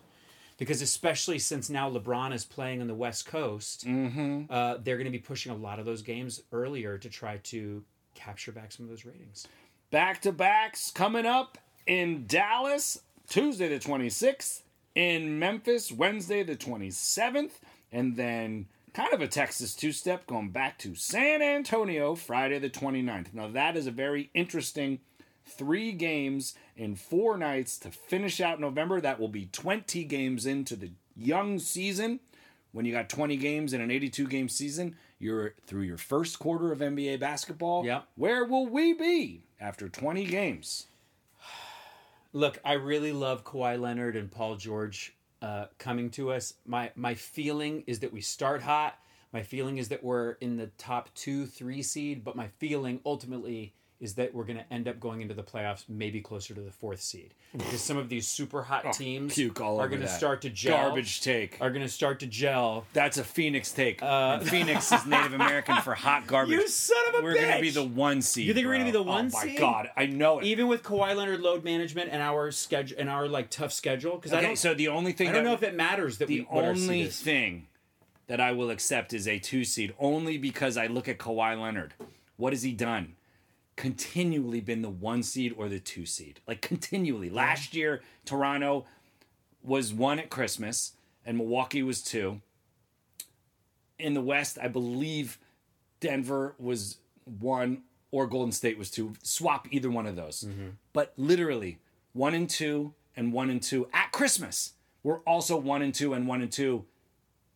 S2: because especially since now LeBron is playing on the West Coast,
S1: Mm-hmm.
S2: uh, they're going to be pushing a lot of those games earlier to try to capture back some of those ratings.
S1: back to backs coming up in Dallas Tuesday the 26th, in Memphis Wednesday the 27th, and then kind of a Texas two step going back to San Antonio Friday the 29th. Now, that is a very interesting three games in four nights to finish out November. That will be 20 games into the young season. When you got 20 games in an 82 game season, you're through your first quarter of NBA basketball.
S2: Yep.
S1: Where will we be after 20 games?
S2: Look, I really love Kawhi Leonard and Paul George uh, coming to us. My my feeling is that we start hot. My feeling is that we're in the top two, three seed. But my feeling ultimately is that we're going to end up going into the playoffs maybe closer to the fourth seed because some of these super hot teams
S1: Oh, puke all
S2: are
S1: over
S2: going to
S1: that.
S2: start to gel.
S1: Garbage take.
S2: Are going to start to gel.
S1: That's a Phoenix take. and Phoenix is Native American for hot garbage.
S2: You son of a
S1: We're gonna be
S2: bitch!
S1: the one seed.
S2: You think we're gonna be
S1: bro.
S2: the one
S1: Oh my
S2: seed?
S1: god, I know it.
S2: Even with Kawhi Leonard load management and our schedule and our like tough schedule, because I
S1: okay,
S2: don't.
S1: so the only thing
S2: I don't
S1: that-
S2: know if it matters that we
S1: the
S2: what our seed
S1: only
S2: is.
S1: thing that I will accept is a two seed, only because I look at Kawhi Leonard. What has he done? Continually been the one seed or the two seed. Like continually. Last year, Toronto was one at Christmas and Milwaukee was two. In the West, I believe Denver was one or Golden State was two. Swap either one of those. But literally, one and two and one and two at Christmas. We're also one and two and one and two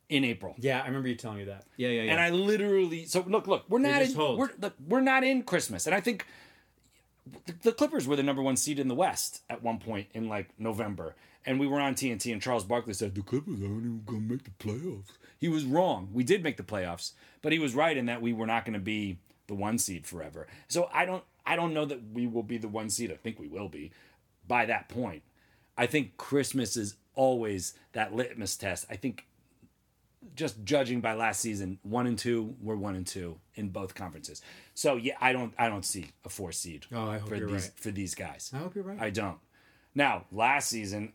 S1: in April.
S2: Yeah, I remember you telling me that. Yeah, yeah, yeah.
S1: And I literally so look look we're not
S2: just
S1: in
S2: hold.
S1: we're look, we're not in Christmas and I think the, the Clippers were the number one seed in the West at one point in like November and we were on TNT and Charles Barkley said the Clippers aren't even gonna make the playoffs. He was wrong. We did make the playoffs, but he was right in that we were not going to be the one seed forever. So I don't I don't know that we will be the one seed. I think we will be by that point. I think Christmas is always that litmus test. I think just judging by last season, one and two, we're one and two in both conferences. So yeah, I don't I don't see a four seed
S2: Oh, I hope
S1: for
S2: you're
S1: these
S2: right.
S1: for these guys. I
S2: hope you're right.
S1: I don't. Now, last season,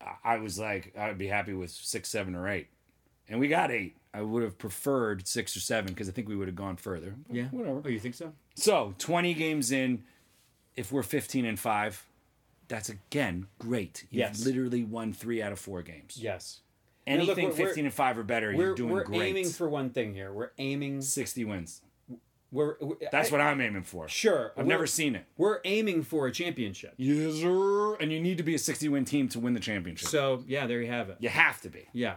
S1: I- I was like, I'd be happy with six, seven, or eight. And we got eight. I would have preferred six or seven because I think we would have gone further.
S2: yeah, whatever. Oh, you think so?
S1: So 20 games in, if we're 15 and five, that's again great. You've
S2: Yes.
S1: literally won three out of four games.
S2: Yes. look,
S1: Anything
S2: we're- we're-
S1: 15 and five or better,
S2: We're,
S1: you're doing
S2: we're
S1: great.
S2: aiming for one thing here. We're aiming.
S1: 60 wins.
S2: We're, we
S1: That's what I'm aiming for.
S2: Sure.
S1: I've
S2: we're-
S1: never seen it.
S2: We're aiming for a championship.
S1: Yes, sir. And you need to be a 60 win team to win the championship.
S2: So yeah, there you have it.
S1: you have to be.
S2: Yeah.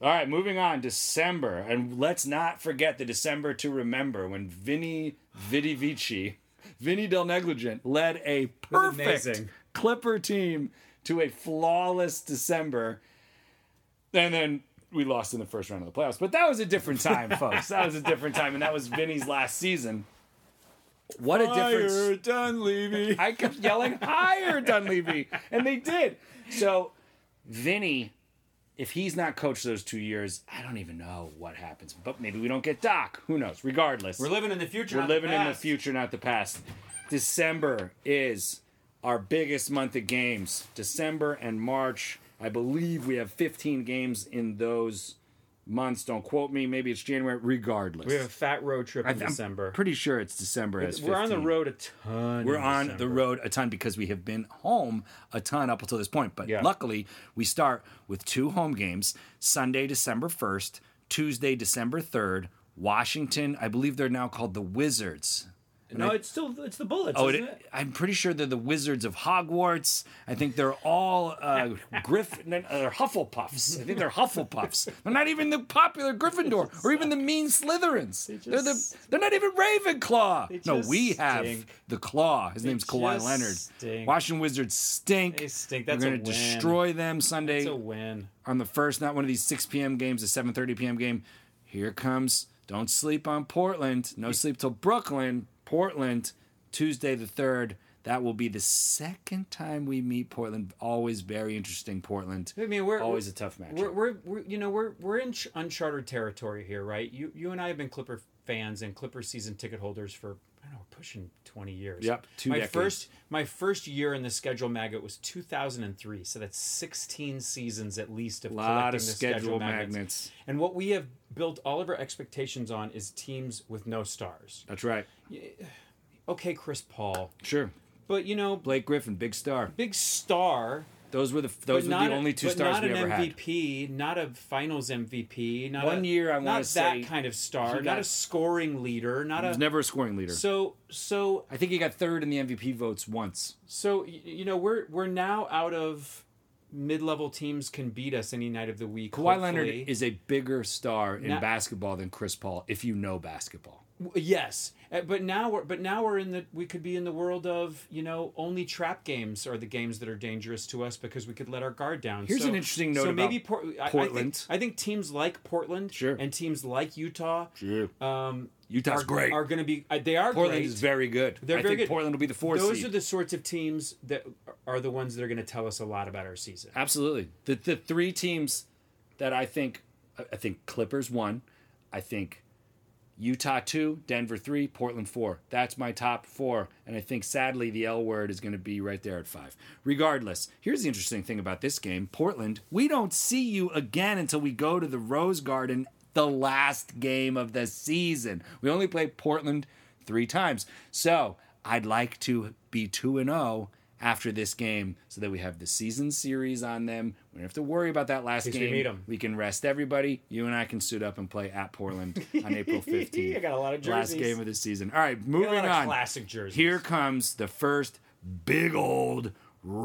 S1: All right, moving on. December. And let's not forget the December to remember when Vinny Vidi Vici, Vinny Del Negligent, led a
S2: was
S1: perfect
S2: amazing.
S1: Clipper team to a flawless December. And then we lost in the first round of the playoffs. But that was a different time, folks. That was a different time. And that was Vinny's last season. What a difference.
S2: Dunleavy.
S1: I kept yelling, hire Dunleavy. And they did. So Vinny, if he's not coached those two years, I don't even know what happens. But maybe we don't get Doc. Who knows? Regardless.
S2: We're living in the future.
S1: We're
S2: not
S1: living in the
S2: past.
S1: future, not the past. December is our biggest month of games. December and March. I believe we have 15 games in those months. Don't quote me. Maybe it's January. Regardless.
S2: We have a fat road trip in
S1: I'm
S2: December.
S1: pretty sure it's December. as
S2: We're on the
S1: 15.
S2: road a ton.
S1: We're
S2: in
S1: on
S2: December.
S1: the road a ton because we have been home a ton up until this point. But
S2: Yeah.
S1: luckily, we start with two home games Sunday, December 1st, Tuesday, December 3rd, Washington. I believe they're now called the Wizards.
S2: No, it's still it's the bullets,
S1: Oh,
S2: isn't
S1: it-
S2: it?
S1: I'm pretty sure they're the Wizards of Hogwarts. I think they're all uh, Griffin, uh, they're Hufflepuffs. I think they're Hufflepuffs. They're not even the popular Gryffindor or even the mean Slytherins. they're the
S2: just-
S1: they're not even Ravenclaw. No,
S2: just
S1: we have
S2: stink.
S1: the Claw. His name's Kawhi
S2: just
S1: Leonard.
S2: stink.
S1: Washington Wizards stink.
S2: They stink. That's
S1: We're
S2: a
S1: gonna
S2: win.
S1: destroy them Sunday
S2: It's a win.
S1: on the first, not one of these 6 p.m. games, a 7:30 p.m. game. Here comes. Don't sleep on Portland.
S2: Mm.
S1: No sleep till Brooklyn. Portland, Tuesday the third. That will be the second time we meet Portland. Always very interesting. Portland.
S2: I mean, we're
S1: always a tough match.
S2: We're, we're, we're you know we're we're in ch- uncharted territory here, right? You you and I have been Clipper fans and Clipper season ticket holders for I don't know pushing twenty years.
S1: Yep, two
S2: my
S1: decades.
S2: first my first year in the schedule maggot was two thousand and three, so that's sixteen seasons at least of
S1: Lot
S2: collecting
S1: of
S2: the
S1: schedule
S2: schedule
S1: magnets.
S2: magnets. And what we have built all of our expectations on is teams with no stars.
S1: That's right.
S2: Okay, Chris Paul,
S1: Sure.
S2: but you know,
S1: Blake Griffin, big star.
S2: big star.
S1: Those were the those
S2: But
S1: were
S2: not
S1: the
S2: a-
S1: only two
S2: but
S1: stars
S2: not
S1: we
S2: an
S1: ever had.
S2: MVP, not a Finals MVP, not
S1: One
S2: a-
S1: year, I wanna
S2: not
S1: say
S2: that kind of
S1: he
S2: star,
S1: got-
S2: not a scoring leader, not
S1: He
S2: a
S1: was never a scoring leader.
S2: uh, so so
S1: I think he got third in the MVP votes once.
S2: so. y- You know, we're we're now out of mid-level teams can beat us any night of the week.
S1: Kawhi Leonard
S2: hopefully.
S1: is a bigger star in
S2: Now-
S1: basketball than Chris Paul, if you know basketball.
S2: W- Yes, Uh, but now we're but now we're in the we could be in the world of you know only trap games are the games that are dangerous to us because we could let our guard down.
S1: Here's
S2: So-
S1: an interesting note
S2: so
S1: about
S2: maybe Por- I- I think-
S1: Portland.
S2: I think, teams like Portland,
S1: Sure.
S2: and teams like Utah,
S1: Sure.
S2: um,
S1: Utah's
S2: are,
S1: great.
S2: Are going to be uh, they are
S1: Portland
S2: great.
S1: is very good.
S2: They're
S1: I
S2: very
S1: think
S2: good.
S1: Portland will be the fourth
S2: Those
S1: seed.
S2: are the sorts of teams that are the ones that are going to tell us a lot about our season.
S1: Absolutely. The the three teams that I think I think Clippers one, I think Utah two, Denver three, Portland four. That's my top four, and I think sadly the L word is going to be right there at five. Regardless, here's the interesting thing about this game: Portland. We don't see you again until we go to the Rose Garden, the last game of the season. We only play Portland three times, so I'd like to be two and zero after this game so that we have the season series on them. We don't have to worry about that last
S2: we
S1: game.
S2: meet 'em.
S1: We can rest everybody. You and I can suit up and play at Portland on April 15th.
S2: I got a lot of
S1: Last
S2: jerseys.
S1: game of the season. All right, moving
S2: lot of
S1: on.
S2: classic jerseys.
S1: Here comes the first big old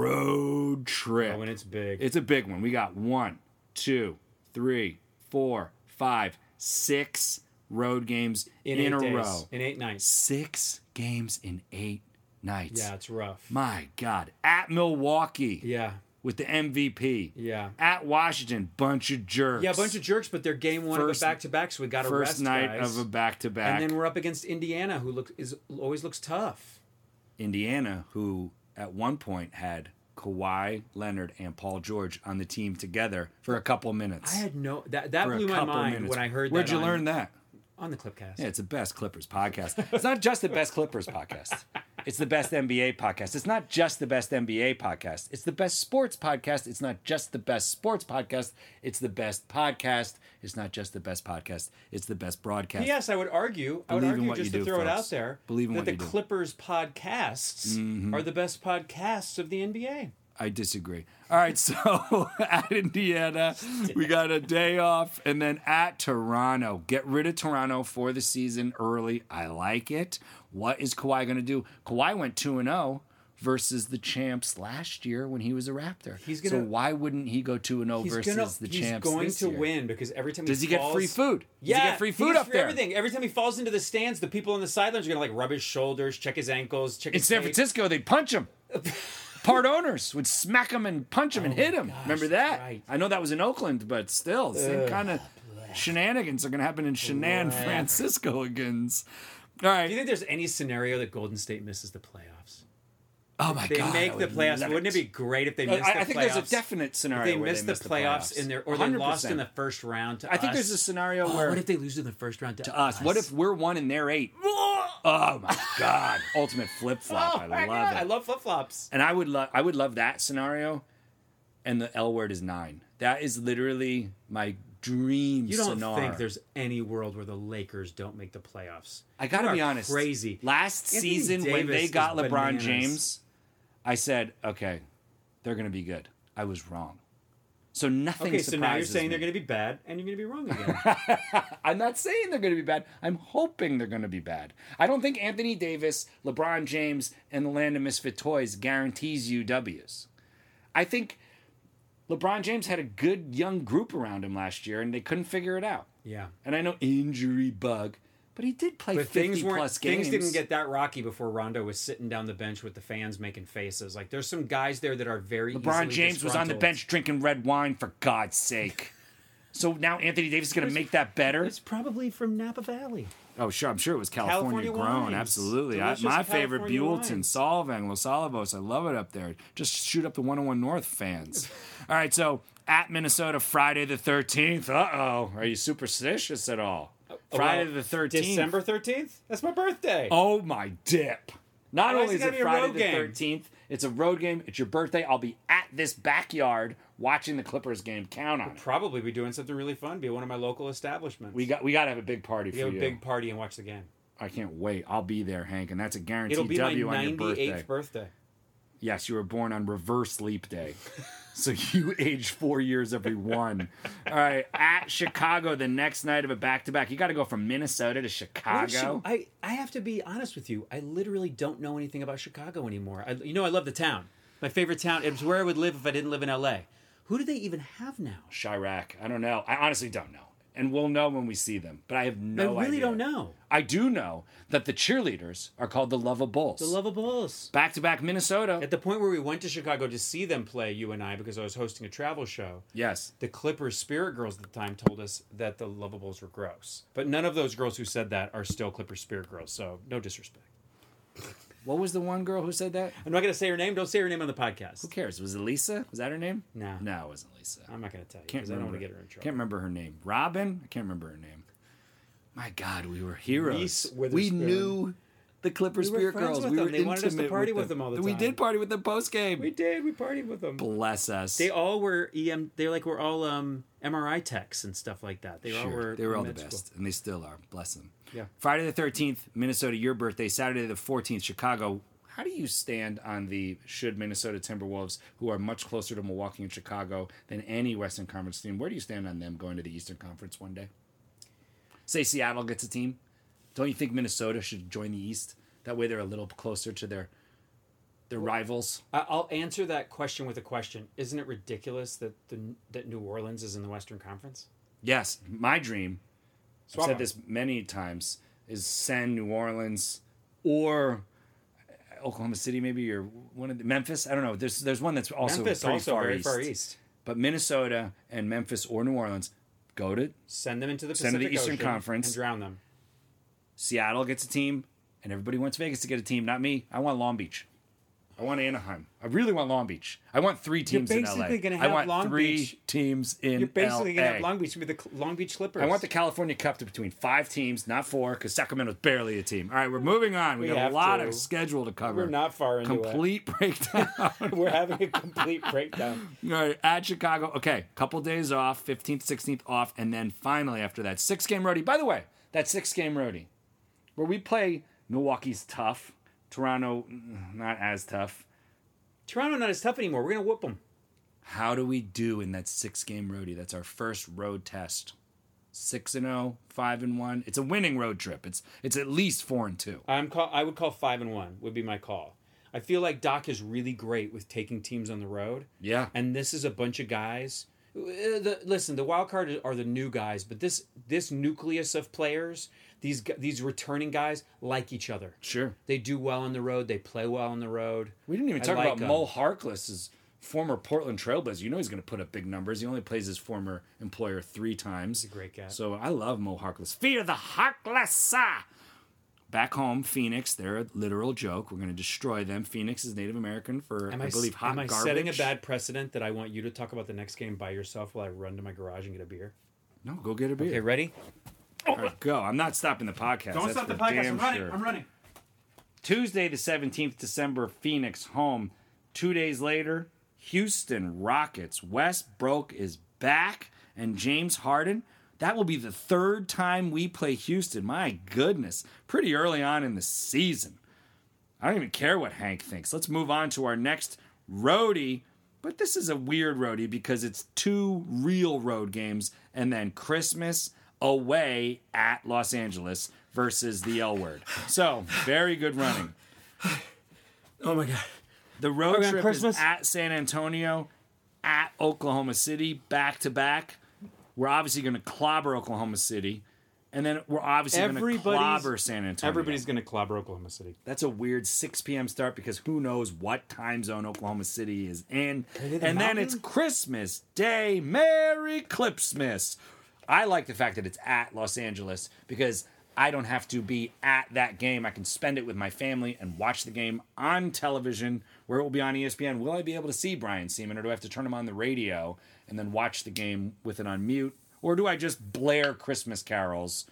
S1: road trip.
S2: Oh, and it's big.
S1: It's a big one. We got one, two, three, four, five, six road games in,
S2: eight
S1: a
S2: days,
S1: row.
S2: in eight nights.
S1: Six games in eight nights.
S2: Yeah, it's rough.
S1: My God. At Milwaukee
S2: Yeah,
S1: with the MVP.
S2: yeah.
S1: At Washington, bunch of jerks.
S2: Yeah, a bunch of jerks, but they're game one
S1: First-
S2: of a back to back, so we got to
S1: first
S2: rest.
S1: night
S2: guys.
S1: of a back to back.
S2: and then we're up against Indiana, who looks is always looks tough.
S1: Indiana, who at one point had Kawhi Leonard and Paul George on the team together for a couple minutes.
S2: I had no that that
S1: for a
S2: blew my
S1: couple
S2: mind
S1: minutes.
S2: when I heard.
S1: Where'd
S2: that
S1: you
S2: on,
S1: learn that?
S2: on the Clipcast?
S1: Yeah, it's the best Clippers podcast. It's not just the best Clippers podcast. It's the best NBA podcast. It's not just the best NBA podcast. It's the best sports podcast. It's not just the best sports podcast. It's the best podcast. It's not just the best podcast. It's the best broadcast.
S2: Yes, I would argue. I would
S1: Believe in
S2: argue
S1: what
S2: just
S1: you
S2: to
S1: do,
S2: throw it out
S1: folks.
S2: there
S1: Believe in
S2: that
S1: what
S2: the
S1: you do. Mm-hmm.
S2: Clippers podcasts are the best podcasts of the NBA.
S1: I disagree. All right, so at Indiana, we got a day off, and then at Toronto, get rid of Toronto for the season early. I like it. What is Kawhi going to do? Kawhi went two and zero versus the champs last year when he was a Raptor.
S2: He's
S1: so
S2: gonna-
S1: why wouldn't he go two and zero
S2: He's
S1: versus
S2: gonna,
S1: the
S2: he's
S1: champs?
S2: going
S1: this
S2: to
S1: year?
S2: win because every time
S1: Does he get
S2: falls-
S1: free food? Does
S2: Yeah,
S1: he get free
S2: he
S1: food
S2: gets
S1: up
S2: free
S1: there?
S2: Everything. Every time he falls into the stands, the people on the sidelines are gonna like rub his shoulders, check his ankles, check
S1: In
S2: his
S1: San
S2: tape.
S1: Francisco, they'd punch him. Part owners would smack him and punch him and hit him. Remember that?
S2: that's Oh right.
S1: I know that was in Oakland, but still, same kind of shenanigans are going to happen in Shenan Franciscoigans. All
S2: Do you
S1: right.
S2: think there's any scenario that Golden State misses the playoffs?
S1: Oh my
S2: They
S1: god!
S2: make
S1: I
S2: the
S1: would
S2: playoffs.
S1: love
S2: Wouldn't it be great if they missed
S1: I,
S2: the
S1: I think
S2: playoffs?
S1: there's a definite
S2: If
S1: scenario
S2: they
S1: where
S2: missed
S1: they
S2: the,
S1: miss
S2: playoffs, in there, or they lost in
S1: 100%.
S2: the first round. To
S1: I think
S2: us.
S1: there's a scenario
S2: Oh,
S1: where
S2: what if they lose in the first round to
S1: us? What if we're one and they're eight? Oh my god! Ultimate flip flop.
S2: Oh,
S1: I
S2: my
S1: love
S2: God,
S1: it.
S2: I love flip flops.
S1: And I would love I would love that scenario. And the L word is nine. That is literally my dream
S2: You don't
S1: scenario.
S2: think there's any world where the Lakers don't make the playoffs?
S1: I gotta
S2: You
S1: be
S2: are
S1: honest.
S2: Crazy.
S1: Last
S2: Anthony
S1: season when
S2: Davis
S1: they got
S2: is
S1: LeBron
S2: bananas.
S1: James, I said, okay, they're gonna be good. I was wrong. So nothing.
S2: Okay, so now you're
S1: surprises
S2: saying
S1: me.
S2: they're going to be bad, and you're going to be wrong again.
S1: I'm not saying they're going to be bad. I'm hoping they're going to be bad. I don't think Anthony Davis, LeBron James, and the Land of Misfit Toys guarantees you W's. I think LeBron James had a good young group around him last year, and they couldn't figure it out.
S2: yeah,
S1: And I know injury bug, but he did play
S2: but
S1: 50
S2: things weren't.
S1: plus games.
S2: things didn't get that rocky before Rondo was sitting down the bench with the fans making faces. Like there's some guys there that are very.
S1: LeBron
S2: easily
S1: James was on the
S2: disgruntled.
S1: bench drinking red wine for God's sake. So now Anthony Davis is going to make that better.
S2: It's probably from Napa Valley.
S1: Oh, sure. I'm sure it was California,
S2: California
S1: grown.
S2: wines.
S1: Absolutely. I,
S2: Delicious
S1: my favorite,
S2: California
S1: Buellton,
S2: wines.
S1: Solvang, Los Alamos. I love it up there. Just shoot up the 101 North fans. all right. So at Minnesota, Friday the 13th. Uh oh. Are you superstitious at all? Friday the 13th.
S2: Uh, December 13th? That's my birthday.
S1: Oh, my dip. Not
S2: Why is
S1: only
S2: it
S1: is
S2: gotta
S1: it
S2: be a
S1: Friday
S2: road
S1: the
S2: game?
S1: 13th, it's a road game. It's your birthday. I'll be at this backyard watching the Clippers game. Count on it.
S2: Probably be doing something really fun. Be at one of my local establishments.
S1: We got we got to have a big party
S2: We
S1: for
S2: have
S1: you.
S2: a big party and watch the game.
S1: I can't wait. I'll be there, Hank, and that's a guaranteed
S2: It'll be
S1: W
S2: my
S1: on your
S2: 98th
S1: birthday.
S2: birthday.
S1: Yes, you were born on reverse leap day. so you age four years every one. All right. At Chicago, the next night of a back to back, you got to go from Minnesota to
S2: What
S1: Chicago.
S2: is Chi- I I have to be honest with you. I literally don't know anything about Chicago anymore. I, you know, I love the town. My favorite town. It was where I would live if I didn't live in LA. Who do they even have now?
S1: Chirac. I don't know. I honestly don't know. And we'll know when we see them. But I have no idea.
S2: I really don't know.
S1: I do know that the cheerleaders are called the Love of Bulls.
S2: The Love of Bulls.
S1: Back to back Minnesota.
S2: At the point where we went to Chicago to see them play, you and I, because I was hosting a travel show,
S1: yes.
S2: the Clippers Spirit Girls at the time told us that the Lovables were gross. But none of those girls who said that are still Clippers Spirit Girls, so no disrespect.
S1: What was the one girl who said that?
S2: I'm not going to say her name. Don't say her name on the podcast.
S1: Who cares? Was it Lisa? Was that her name?
S2: No.
S1: No, it wasn't Lisa.
S2: I'm not going to tell you
S1: Can't
S2: because I don't want to
S1: remember.
S2: get her in trouble.
S1: Can't remember her name. Robin? I can't remember her name. My God, we were heroes.
S2: Reese
S1: we
S2: Witherspoon.
S1: knew the Clippers
S2: were
S1: Spirit
S2: friends
S1: Girls.
S2: with
S1: we
S2: them.
S1: were
S2: They wanted us to
S1: intimate
S2: party with them all the
S1: We
S2: time.
S1: did party with them post
S2: we
S1: game.
S2: did. We partied with them.
S1: Bless us.
S2: They all were EM. They were like were all um, MRI techs and stuff like that. They all
S1: Sure.
S2: were.
S1: they were all the
S2: med school.
S1: best, and they still are. Bless them.
S2: Yeah.
S1: Friday the thirteenth, Minnesota, your birthday. Saturday the fourteenth, Chicago. How do you stand on the should Minnesota Timberwolves, who are much closer to Milwaukee and Chicago than any Western Conference team? Where do you stand on them going to the Eastern Conference one day? Say Seattle gets a team. Don't you think Minnesota should join the East? That way, they're a little closer to their their rivals.
S2: I- I'll answer that question with a question. Isn't it ridiculous that the that New Orleans is in the Western Conference?
S1: Yes, my dream. I've
S2: Swap
S1: said
S2: 'em.
S1: this many times: is send New Orleans or Oklahoma City, maybe or one of the Memphis. I don't know. There's there's one that's also
S2: Memphis
S1: pretty
S2: also
S1: far,
S2: very
S1: east.
S2: far east.
S1: But Minnesota and Memphis or New Orleans go to
S2: Send them into the Pacific
S1: Send 'em to the Eastern
S2: Ocean
S1: Conference.
S2: and drown them.
S1: Seattle gets a team, and everybody wants Vegas to get a team. Not me. I want Long Beach. I want Anaheim. I really want Long Beach. I want three teams in LA.
S2: basically gonna
S1: I
S2: have
S1: want
S2: Long
S1: three
S2: Beach.
S1: teams in
S2: You're basically
S1: LA.
S2: gonna have Long Beach to be the Cl- Long Beach Clippers.
S1: I want the California Cup to between five teams, not four, because Sacramento's barely a team. All right, we're moving on. We,
S2: We
S1: got
S2: have
S1: a lot
S2: to.
S1: of schedule to cover.
S2: We're not far into
S1: complete breakdown. All
S2: it. We're having a complete breakdown.
S1: right, at Chicago. Okay, couple days off, fifteenth, sixteenth off, and then finally after that, six game roadie. By the way, that six game roadie, where we play Milwaukee's tough, Toronto mm, not as tough.
S2: Toronto not as tough anymore. We're gonna whoop them.
S1: How do we do in that six game roadie? That's our first road test. Six and oh, five and one. It's a winning road trip. It's it's at least four and two.
S2: I'm call. I would call five and one would be my call. I feel like Doc is really great with taking teams on the road.
S1: Yeah.
S2: and this is a bunch of guys. uh, The, listen, the wild card are the new guys, but this this nucleus of players, these gu- these returning guys like each other.
S1: Sure.
S2: They do well on the road. They play well on the road.
S1: We didn't even talk about
S2: them.
S1: Mo Harkless's former Portland Trailblazer. You know he's going to put up big numbers. He only plays his former employer three times. He's
S2: a great guy.
S1: So I love Mo Harkless. Fear the Harkless! ah! Back home, Phoenix. They're a literal joke. We're going to destroy them. Phoenix is Native American for
S2: Am
S1: I,
S2: I,
S1: believe
S2: s-
S1: hot
S2: am I
S1: garbage.
S2: setting a bad precedent that I want you to talk about the next game by yourself while I run to my garage and get a beer?
S1: No, go get a beer.
S2: Okay, ready?
S1: All right, go. I'm not stopping the podcast. That's for damn sure.
S2: running.
S1: Tuesday, the 17th December, Phoenix home. Two days later, Houston Rockets. Westbrook is back, and James Harden. That will be the third time we play Houston. My goodness, pretty early on in the season. I don't even care what Hank thinks. Let's move on to our next roadie. But this is a weird roadie because it's two real road games and then Christmas away at Los Angeles versus the L word. So, very good running.
S2: Oh my god.
S1: The road
S2: Okay,
S1: trip
S2: Christmas?
S1: is at San Antonio, at Oklahoma City, back to back. We're obviously going to clobber Oklahoma City, and then we're obviously going to
S2: Everybody's-
S1: clobber San Antonio.
S2: Everybody's gonna clobber Oklahoma City.
S1: That's a weird 6 p.m. start because who knows what time zone Oklahoma City is in.
S2: they
S1: And
S2: the
S1: then
S2: mountain?
S1: it's Christmas Day. Merry Clipsmas. I like the fact that it's at Los Angeles because I don't have to be at that game. I can spend it with my family and watch the game on television where it will be on E ESPN. Will I be able to see Brian Seaman or do I have to turn him on the radio and then watch the game with it on mute? Or do I just blare Christmas carols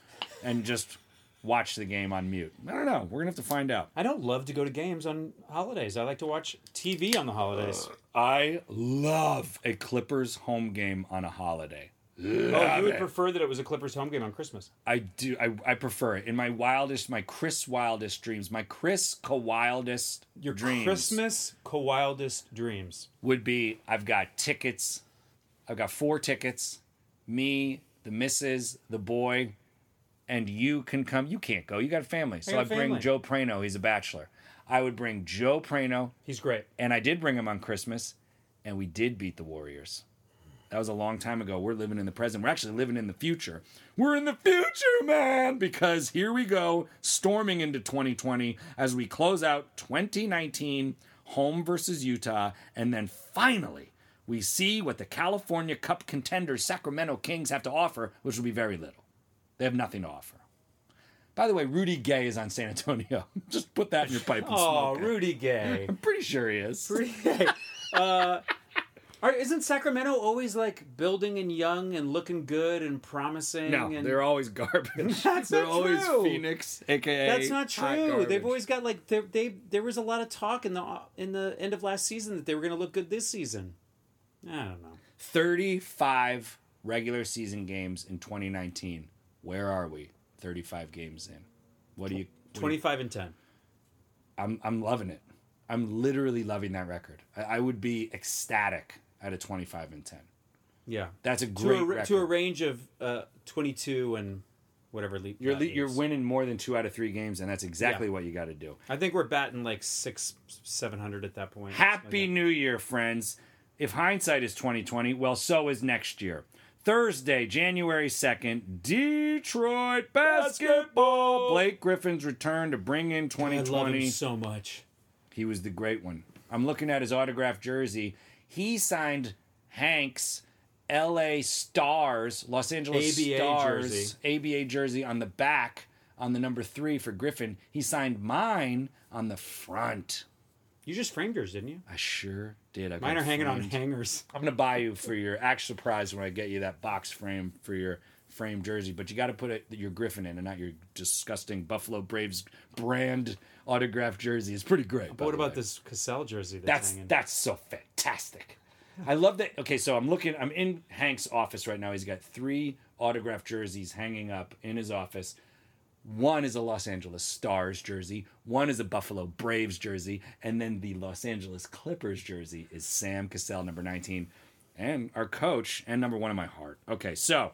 S1: and just watch the game on mute? I don't know. We're going to have to find out.
S2: I don't love to go to games on holidays. I like to watch TV on the holidays.
S1: I love a Clippers home game on a holiday.
S2: oh, you would prefer that it was a Clippers home game on Christmas.
S1: I do. I, I prefer it. In my wildest, my Chris wildest dreams, my Chris wildest
S2: Your
S1: dreams
S2: Christmas wildest dreams.
S1: would be I've got tickets. I've got four tickets. Me, the missus, the boy, and you can come. You can't go. You got a family. So
S2: got
S1: I
S2: a
S1: bring
S2: family.
S1: Joe Prano. He's a bachelor. I would bring Joe Prano,
S2: He's great.
S1: and I did bring him on Christmas, and we did beat the Warriors. That was a long time ago. We're living in the present. We're actually living in the future. We're in the future, man, because here we go, storming into 2020 as we close out 2019 home versus Utah. And then finally, we see what the California Cup contenders, Sacramento Kings, have to offer, which will be very little. They have nothing to offer. By the way, Rudy Gay is on San Antonio. Just put that in your pipe and
S2: Oh,
S1: smoke it.
S2: Rudy Gay.
S1: Pretty sure he is.
S2: Hey, uh, are- isn't Sacramento always like building and young and looking good and promising?
S1: No,
S2: and
S1: they're always garbage.
S2: That's
S1: they're
S2: not
S1: always
S2: true.
S1: Phoenix, aka
S2: that's not
S1: hot
S2: true. They've
S1: garbage.
S2: always got like they, they. There was a lot of talk in the in the end of last season that they were going to look good this season. I don't know.
S1: 35 regular season games in 2019. Where are we? 35 games in. What do you? what do you-
S2: Twenty five and ten.
S1: I'm I'm loving it. I'm literally loving that record. I, I would be ecstatic at a 25 and 10.
S2: Yeah,
S1: That's a
S2: to
S1: great
S2: a, ra-
S1: record.
S2: to a range of uh, twenty two and whatever. Le- uh,
S1: you're
S2: that
S1: le- you're
S2: is.
S1: winning more than two out of three games, and that's exactly
S2: Yeah.
S1: what you got to do.
S2: I think we're batting like six seven hundred at that point.
S1: Happy New Year, friends. If hindsight is 2020, well, so is next year. Thursday, January 2nd, Detroit basketball. Blake Griffin's return to bring in
S2: I love
S1: 2020.
S2: him so much.
S1: He was the great one. I'm looking at his autographed jersey. He signed Hanks LA Stars, Los Angeles
S2: ABA
S1: Stars,
S2: jersey.
S1: ABA jersey on the back on the number 3 for Griffin. He signed mine on the front.
S2: You just framed yours, didn't you?
S1: I sure did. I
S2: Mine
S1: got
S2: are hanging on
S1: framed.
S2: hangers.
S1: I'm gonna buy you for your act surprise when I get you that box frame for your frame jersey, but you got to put it, your Griffin in and not your disgusting Buffalo Braves brand autographed jersey. It's pretty great. by
S2: What
S1: the
S2: about
S1: way.
S2: this Cassell jersey that's,
S1: That's
S2: hanging?
S1: that's so fantastic. I love that. Okay, so I'm looking. I'm in Hank's office right now. He's got three autographed jerseys hanging up in his office. One is a Los Angeles Stars jersey. One is a Buffalo Braves jersey, and then the Los Angeles Clippers jersey is Sam Cassell, number 19, and our coach and number one in my heart. Okay, so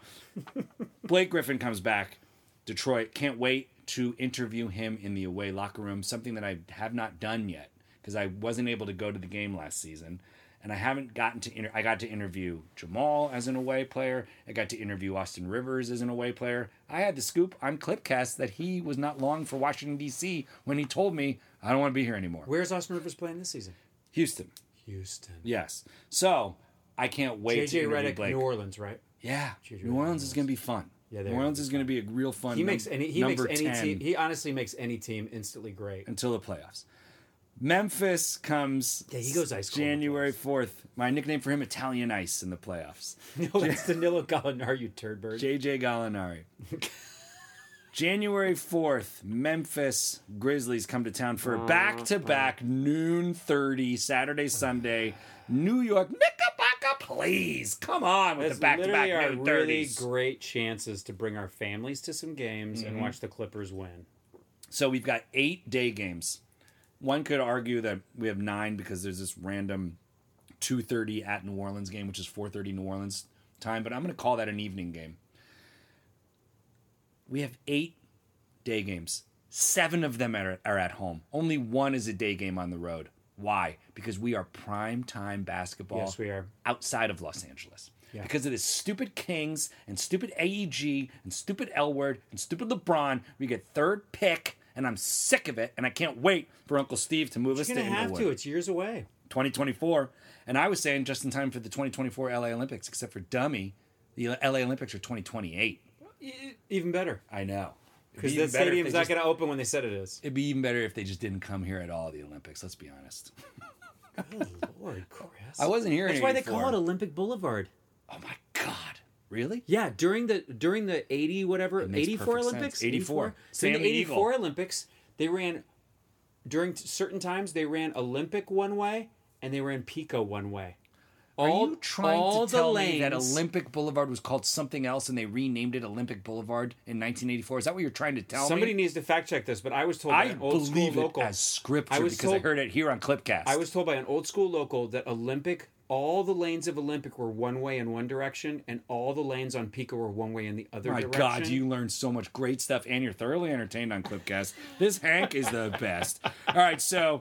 S1: Blake Griffin comes back. Detroit can't wait to interview him in the away locker room, something that I have not done yet because I wasn't able to go to the game last season. And I haven't gotten to inter- I got to interview Jamal as an away player. I got to interview Austin Rivers as an away player. I had the scoop on Clipcast that he was not long for Washington D.C. when he told me I don't want to be here anymore.
S2: Where's Austin Rivers playing this season?
S1: Houston,
S2: Houston.
S1: yes. So I can't wait to
S2: JJ
S1: interview
S2: Redick,
S1: Blake.
S2: New Orleans, right?
S1: yeah,
S2: JJ
S1: New Orleans is going to be fun.
S2: Yeah, they're
S1: New Orleans is going to be a real fun.
S2: He
S1: num-
S2: makes any he
S1: number
S2: makes any
S1: 10.
S2: team. He honestly makes any team instantly great.
S1: until the playoffs. Memphis comes.
S2: Yeah, he goes ice cold in the
S1: January fourth. My nickname for him, Italian Ice, in the playoffs.
S2: No, it's Danilo Gallinari, you turd bird.
S1: JJ Gallinari. January 4th, Memphis Grizzlies come to town
S2: Oh,
S1: for a back to back noon 30, Saturday, Sunday. New York, Knickerbocker, please. Come on with
S2: That's
S1: the back to back
S2: literally our
S1: noon 30s.
S2: really great chances to bring our families to some games and watch the Clippers win.
S1: So we've got eight day games. One could argue that we have nine because there's this random 2:30 at New Orleans game, which is 4:30 New Orleans time, but I'm going to call that an evening game. We have eight day games. Seven of them are, are at home. Only one is a day game on the road. Why? Because we are prime time basketball
S2: Yes, we are.
S1: outside of Los Angeles. Because of this stupid Kings and stupid AEG and stupid L word and stupid LeBron, we get third pick, and I'm sick of it, and I can't wait for Uncle Steve to move us
S2: You're gonna
S1: to
S2: have
S1: Inglewood.
S2: to. It's years away.
S1: 2024. And I was saying just in time for the 2024 LA Olympics, except for dummy, the LA Olympics are 2028.
S2: E- Even better
S1: I know.
S2: because that stadium's not gonna open when they said it is.
S1: It'd be even better if they just didn't come here at all, the Olympics, let's be honest.
S2: Lord, Chris.
S1: I wasn't here
S2: That's
S1: in
S2: why they
S1: 84.
S2: call it Olympic Boulevard.
S1: Oh my God. Really?
S2: Yeah, during the during the eighty whatever
S1: makes
S2: eighty four
S1: perfect sense.
S2: Olympics
S1: 84.
S2: During
S1: Sam
S2: the
S1: the
S2: eighty
S1: Eagle.
S2: four Olympics they ran during t- certain times they ran Olympic one way and they ran Pico one way.
S1: Are
S2: All-
S1: you trying
S2: all
S1: to
S2: the
S1: tell me that
S2: lanes-
S1: Olympic Boulevard was called something else and they renamed it Olympic Boulevard in 1984? Is that what you're trying to tell
S2: Somebody
S1: me?
S2: needs to fact check this, but I was told
S1: I
S2: by an old school
S1: believe it
S2: local
S1: as scripture
S2: I was
S1: because I
S2: told-
S1: heard it here on Clipcast.
S2: I was told by an old school local that Olympic all the lanes of Olympic were one way in one direction, and all the lanes on Pico were one way in the other
S1: My
S2: direction.
S1: God, you learned so much great stuff, and you're thoroughly entertained on Clipcast. This Hank is the best. All right, so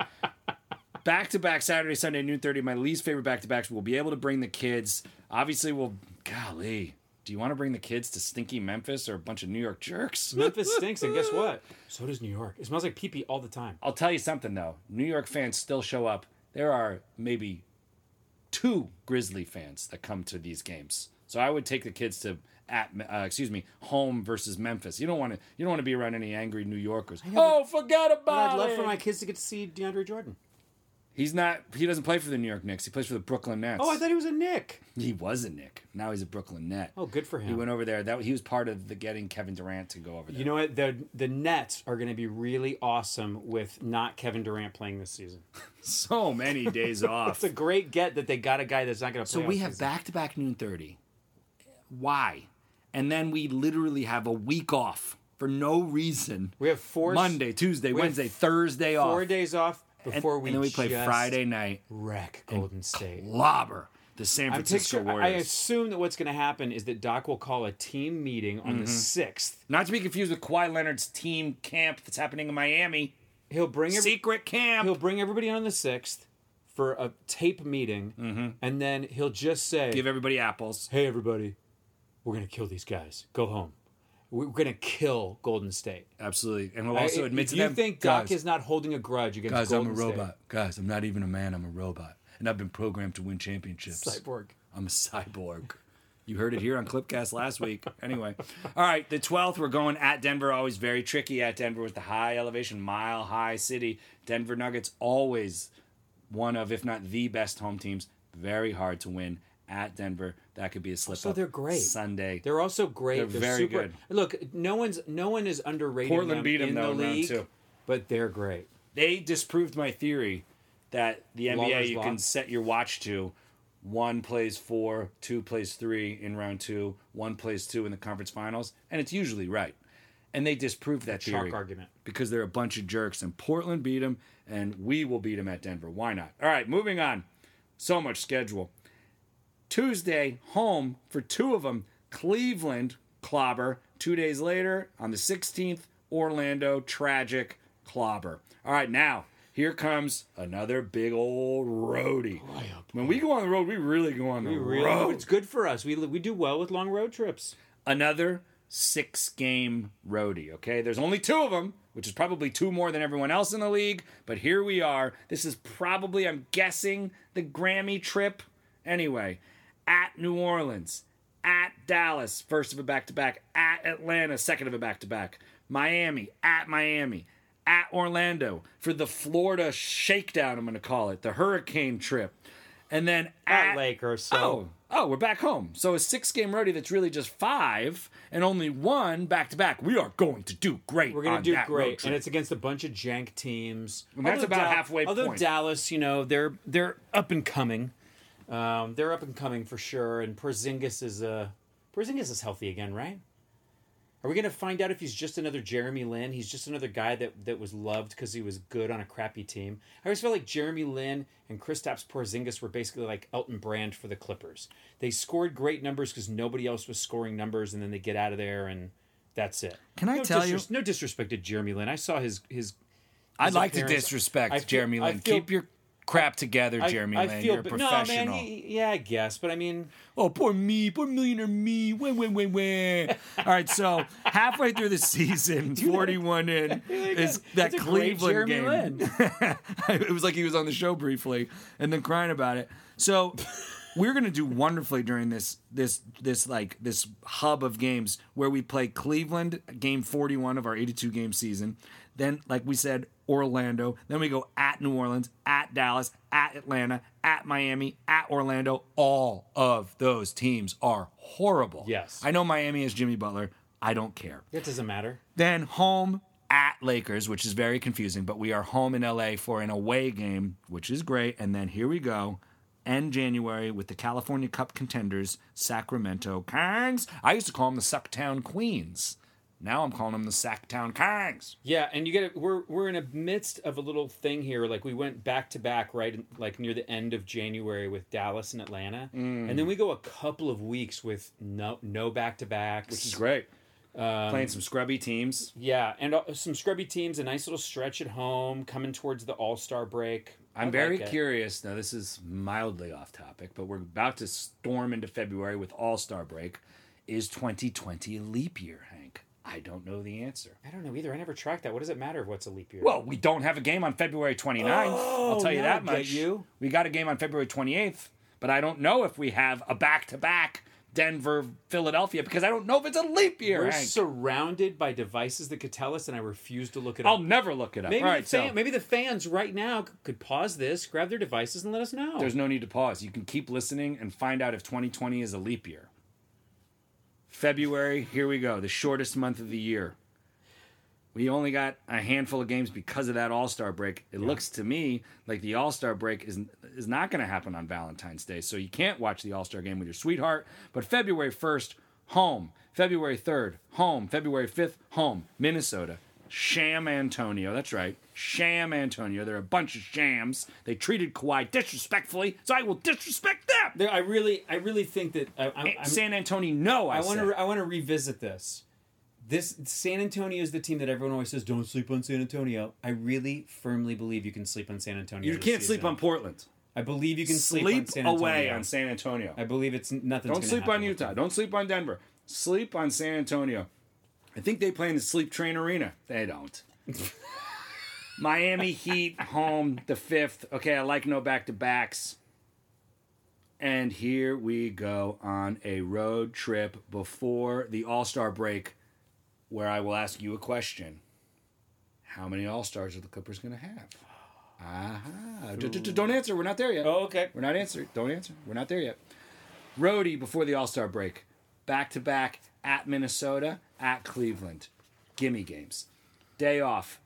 S1: back to back Saturday, Sunday, noon thirty. My least favorite back to backs. We'll be able to bring the kids. Obviously, we'll. Golly, do you want to bring the kids to stinky Memphis or a bunch of New York jerks?
S2: Memphis stinks, and guess what? So does New York. It smells like pee pee all the time.
S1: I'll tell you something though. New York fans still show up. There are maybe two Grizzly fans that come to these games. So I would take the kids to at uh, excuse me home versus Memphis. You don't want to you don't want to be around any angry New Yorkers. Oh, forgot about
S2: I'd love
S1: it.
S2: for my kids to get to see DeAndre Jordan.
S1: He's not. He doesn't play for the New York Knicks. He plays for the Brooklyn Nets.
S2: Oh, I thought he was a Nick.
S1: he was a Nick. Now he's a Brooklyn Net.
S2: Oh, good for
S1: He
S2: him.
S1: went over there. That he was part of the getting Kevin Durant to go over there.
S2: You know what? The the Nets are going to be really awesome with not Kevin Durant playing this season.
S1: so many days off.
S2: It's a great get that they got a guy that's not going to
S1: So
S2: play.
S1: we
S2: all
S1: have
S2: season.
S1: back to back noon 30. Why? And then we literally have a week off for no reason.
S2: we have four
S1: Monday, Tuesday,
S2: we have
S1: Wednesday, Thursday off.
S2: four days off
S1: and,
S2: before we
S1: and then we play
S2: just
S1: Friday night,
S2: wreck Golden State.
S1: lobber the San
S2: I'm
S1: Francisco
S2: picture- I- I
S1: Warriors.
S2: assume that what's going to happen is that Doc will call a team meeting
S1: Mm-hmm.
S2: on the sixth.
S1: Not to be confused with Kawhi Leonard's team camp that's happening in Miami.
S2: He'll bring every-
S1: Secret camp.
S2: he'll bring everybody on the sixth for a tape meeting, and then he'll just say,
S1: Mm-hmm. Give everybody apples.
S2: hey everybody we're gonna kill these guys go home we're gonna kill golden state
S1: Absolutely. And we'll also
S2: I-
S1: admit
S2: if
S1: to
S2: you
S1: them.
S2: think doc
S1: guys,
S2: is not holding a grudge against
S1: guys I'm
S2: golden
S1: a robot. Guys, I'm not even a man. I'm a robot. And I've been programmed to win championships.
S2: state cyborg
S1: I'm a cyborg. You heard it here on Clipcast last week. Anyway, all right, the 12th, we're going at Denver. Always very tricky at Denver with the high elevation, mile high city. Denver Nuggets, always one of, if not the best home teams. Very hard to win at Denver. That could be a slip
S2: So
S1: up.
S2: they're great.
S1: Sunday.
S2: they're also great
S1: They're very
S2: super
S1: good.
S2: look no one's no one is underrated
S1: Portland
S2: them
S1: beat 'em,
S2: in
S1: though, in
S2: the
S1: round
S2: league
S1: two.
S2: but they're great
S1: they disproved my theory that the NBA
S2: Lawler's
S1: you
S2: Law.
S1: can set your watch to one plays four, two plays three in round two, one plays two in the conference finals, and it's usually right. And they disproved that
S2: chalk
S1: theory
S2: argument.
S1: because they're a bunch of jerks. And Portland beat them, and we will beat them at Denver. Why not? All right, moving on. So much schedule. Tuesday, home for two of them Cleveland, clobber. Two days later, on the 16th, Orlando, tragic, clobber. All right, now, here comes another big old roadie. When we go on the road, we really go on the
S2: really
S1: road.
S2: it's good for us we, we do well with long road trips
S1: Another six game roadie, okay? There's only two of them, which is probably two more than everyone else in the league, but here we are. This is probably, I'm guessing, the Grammy trip. Anyway, at New Orleans, at Dallas, first of a back to back, at Atlanta, second of a back to back, Miami, at Miami, at Orlando for the Florida shakedown, I'm going to call it, the hurricane trip. And then
S2: at,
S1: at,
S2: lakers so
S1: Oh, oh, we're back home. So a six-game roadie that's really just five and only one back-to-back. We are going to do great.
S2: We're gonna
S1: on
S2: do
S1: that road
S2: great,
S1: trip.
S2: and it's against a bunch of jank teams.
S1: that's
S2: Although
S1: about halfway
S2: Although
S1: point.
S2: Dallas, you know, they're they're up and coming. Um, they're up and coming for sure. And Porzingis is uh, Porzingis is healthy again, right? Are we gonna find out if he's just another Jeremy Lin? He's just another guy that that was loved because he was good on a crappy team. I always felt like Jeremy Lin and Kristaps Porzingis were basically like Elton Brand for the Clippers. They scored great numbers because nobody else was scoring numbers, and then they get out of there and. That's it.
S1: Can I
S2: No
S1: tell you-
S2: disres- No disrespect to Jeremy Lin. I saw his his.
S1: I'd
S2: his
S1: like to
S2: appearance.
S1: disrespect
S2: I feel-
S1: Jeremy
S2: I
S1: Lin.
S2: feel-
S1: Keep your crap together, Jeremy
S2: I, I
S1: Lin.
S2: feel
S1: You're a
S2: ba-
S1: professional.
S2: No, man. y- Yeah, I guess, but I mean,
S1: Oh, poor me, poor millionaire me. Wah, wah, wah, wah. All right, so halfway through the season, 41 in, is that
S2: that's a great
S1: Cleveland
S2: Jeremy
S1: game. it was like he was on the show briefly and then crying about it. So we're gonna do wonderfully during this this this like this hub of games where we play Cleveland game 41 of our 82 game season. Then, like we said, Orlando. Then we go at New Orleans, at Dallas, at Atlanta, at Miami, at Orlando. All of those teams are horrible.
S2: Yes.
S1: I know Miami is Jimmy Butler. I don't care.
S2: it doesn't matter.
S1: Then home at Lakers, which is very confusing, but we are home in LA for an away game, which is great. And then here we go. End January with the California Cup contenders, Sacramento Kings. I used to call them the Sucktown Queens. Now I'm calling them the Sacktown Kangs.
S2: Yeah, and you get it. We're we're in the midst of a little thing here. Like we went back to back, right, in- like near the end of January with Dallas and Atlanta,
S1: Mm.
S2: and then we go a couple of weeks with no no back to back,
S1: This is great. Playing some scrubby teams.
S2: Yeah, and uh, some scrubby teams, a nice little stretch at home, coming towards the All Star break. I
S1: I'm
S2: like
S1: very
S2: it.
S1: curious. Now, this is mildly off topic, but we're about to storm into February with All Star break. Is 2020 a leap year, Hank? I don't know the answer.
S2: I don't know either. I never tracked that. What does it matter if what's a leap year?
S1: Well, we don't have a game on February 29th. I'll tell you
S2: Oh, now
S1: that
S2: I get
S1: much.
S2: you.
S1: We got a game on February 28th, but I don't know if we have a back to back Denver Philadelphia because I don't know if it's a leap year.
S2: we're
S1: Hank.
S2: surrounded by devices that could tell us, and I refuse to look it
S1: I'll
S2: up.
S1: never look it up.
S2: Maybe
S1: All
S2: the
S1: right,
S2: fan,
S1: so
S2: maybe the fans right now c- could pause this, grab their devices, and let us know.
S1: there's no need to pause. You can keep listening and find out if 2020 is a leap year. February, here we go, the shortest month of the year. We only got a handful of games because of that All Star break. It looks to me like the All Star break is is not going to happen on Valentine's Day, so you can't watch the All Star game with your sweetheart. But February first, home. February third, home. February fifth, home. Minnesota, Sham Antonio. That's right, Sham Antonio. They're a bunch of shams. They treated Kawhi disrespectfully, so I will disrespect them.
S2: There- I really, I really think that I, I'm, I'm,
S1: San Antonio, no, I,
S2: I want
S1: said.
S2: to. I want to revisit this. This San Antonio is the team that everyone always says don't sleep on San Antonio. I really firmly believe you can sleep on San Antonio.
S1: You
S2: this
S1: can't sleep
S2: season.
S1: on Portland.
S2: I believe you can sleep, on
S1: Sleep
S2: San Antonio.
S1: away on San Antonio.
S2: I believe it's nothing.
S1: Don't sleep on Utah. Don't sleep on Denver. Sleep on San Antonio. I think they play in the Sleep Train Arena. They don't. Miami Heat home the fifth. Okay, I like no back to backs. And here we go on a road trip before the All Star break, where I will ask you a question: How many All Stars are the Clippers going to have? Ah, d- d- d- don't answer. We're not there yet.
S2: Oh, okay.
S1: We're not answering. Don't answer. We're not there yet. Roadie before the All Star break. Back to back at Minnesota, at Cleveland. Gimme games. Day off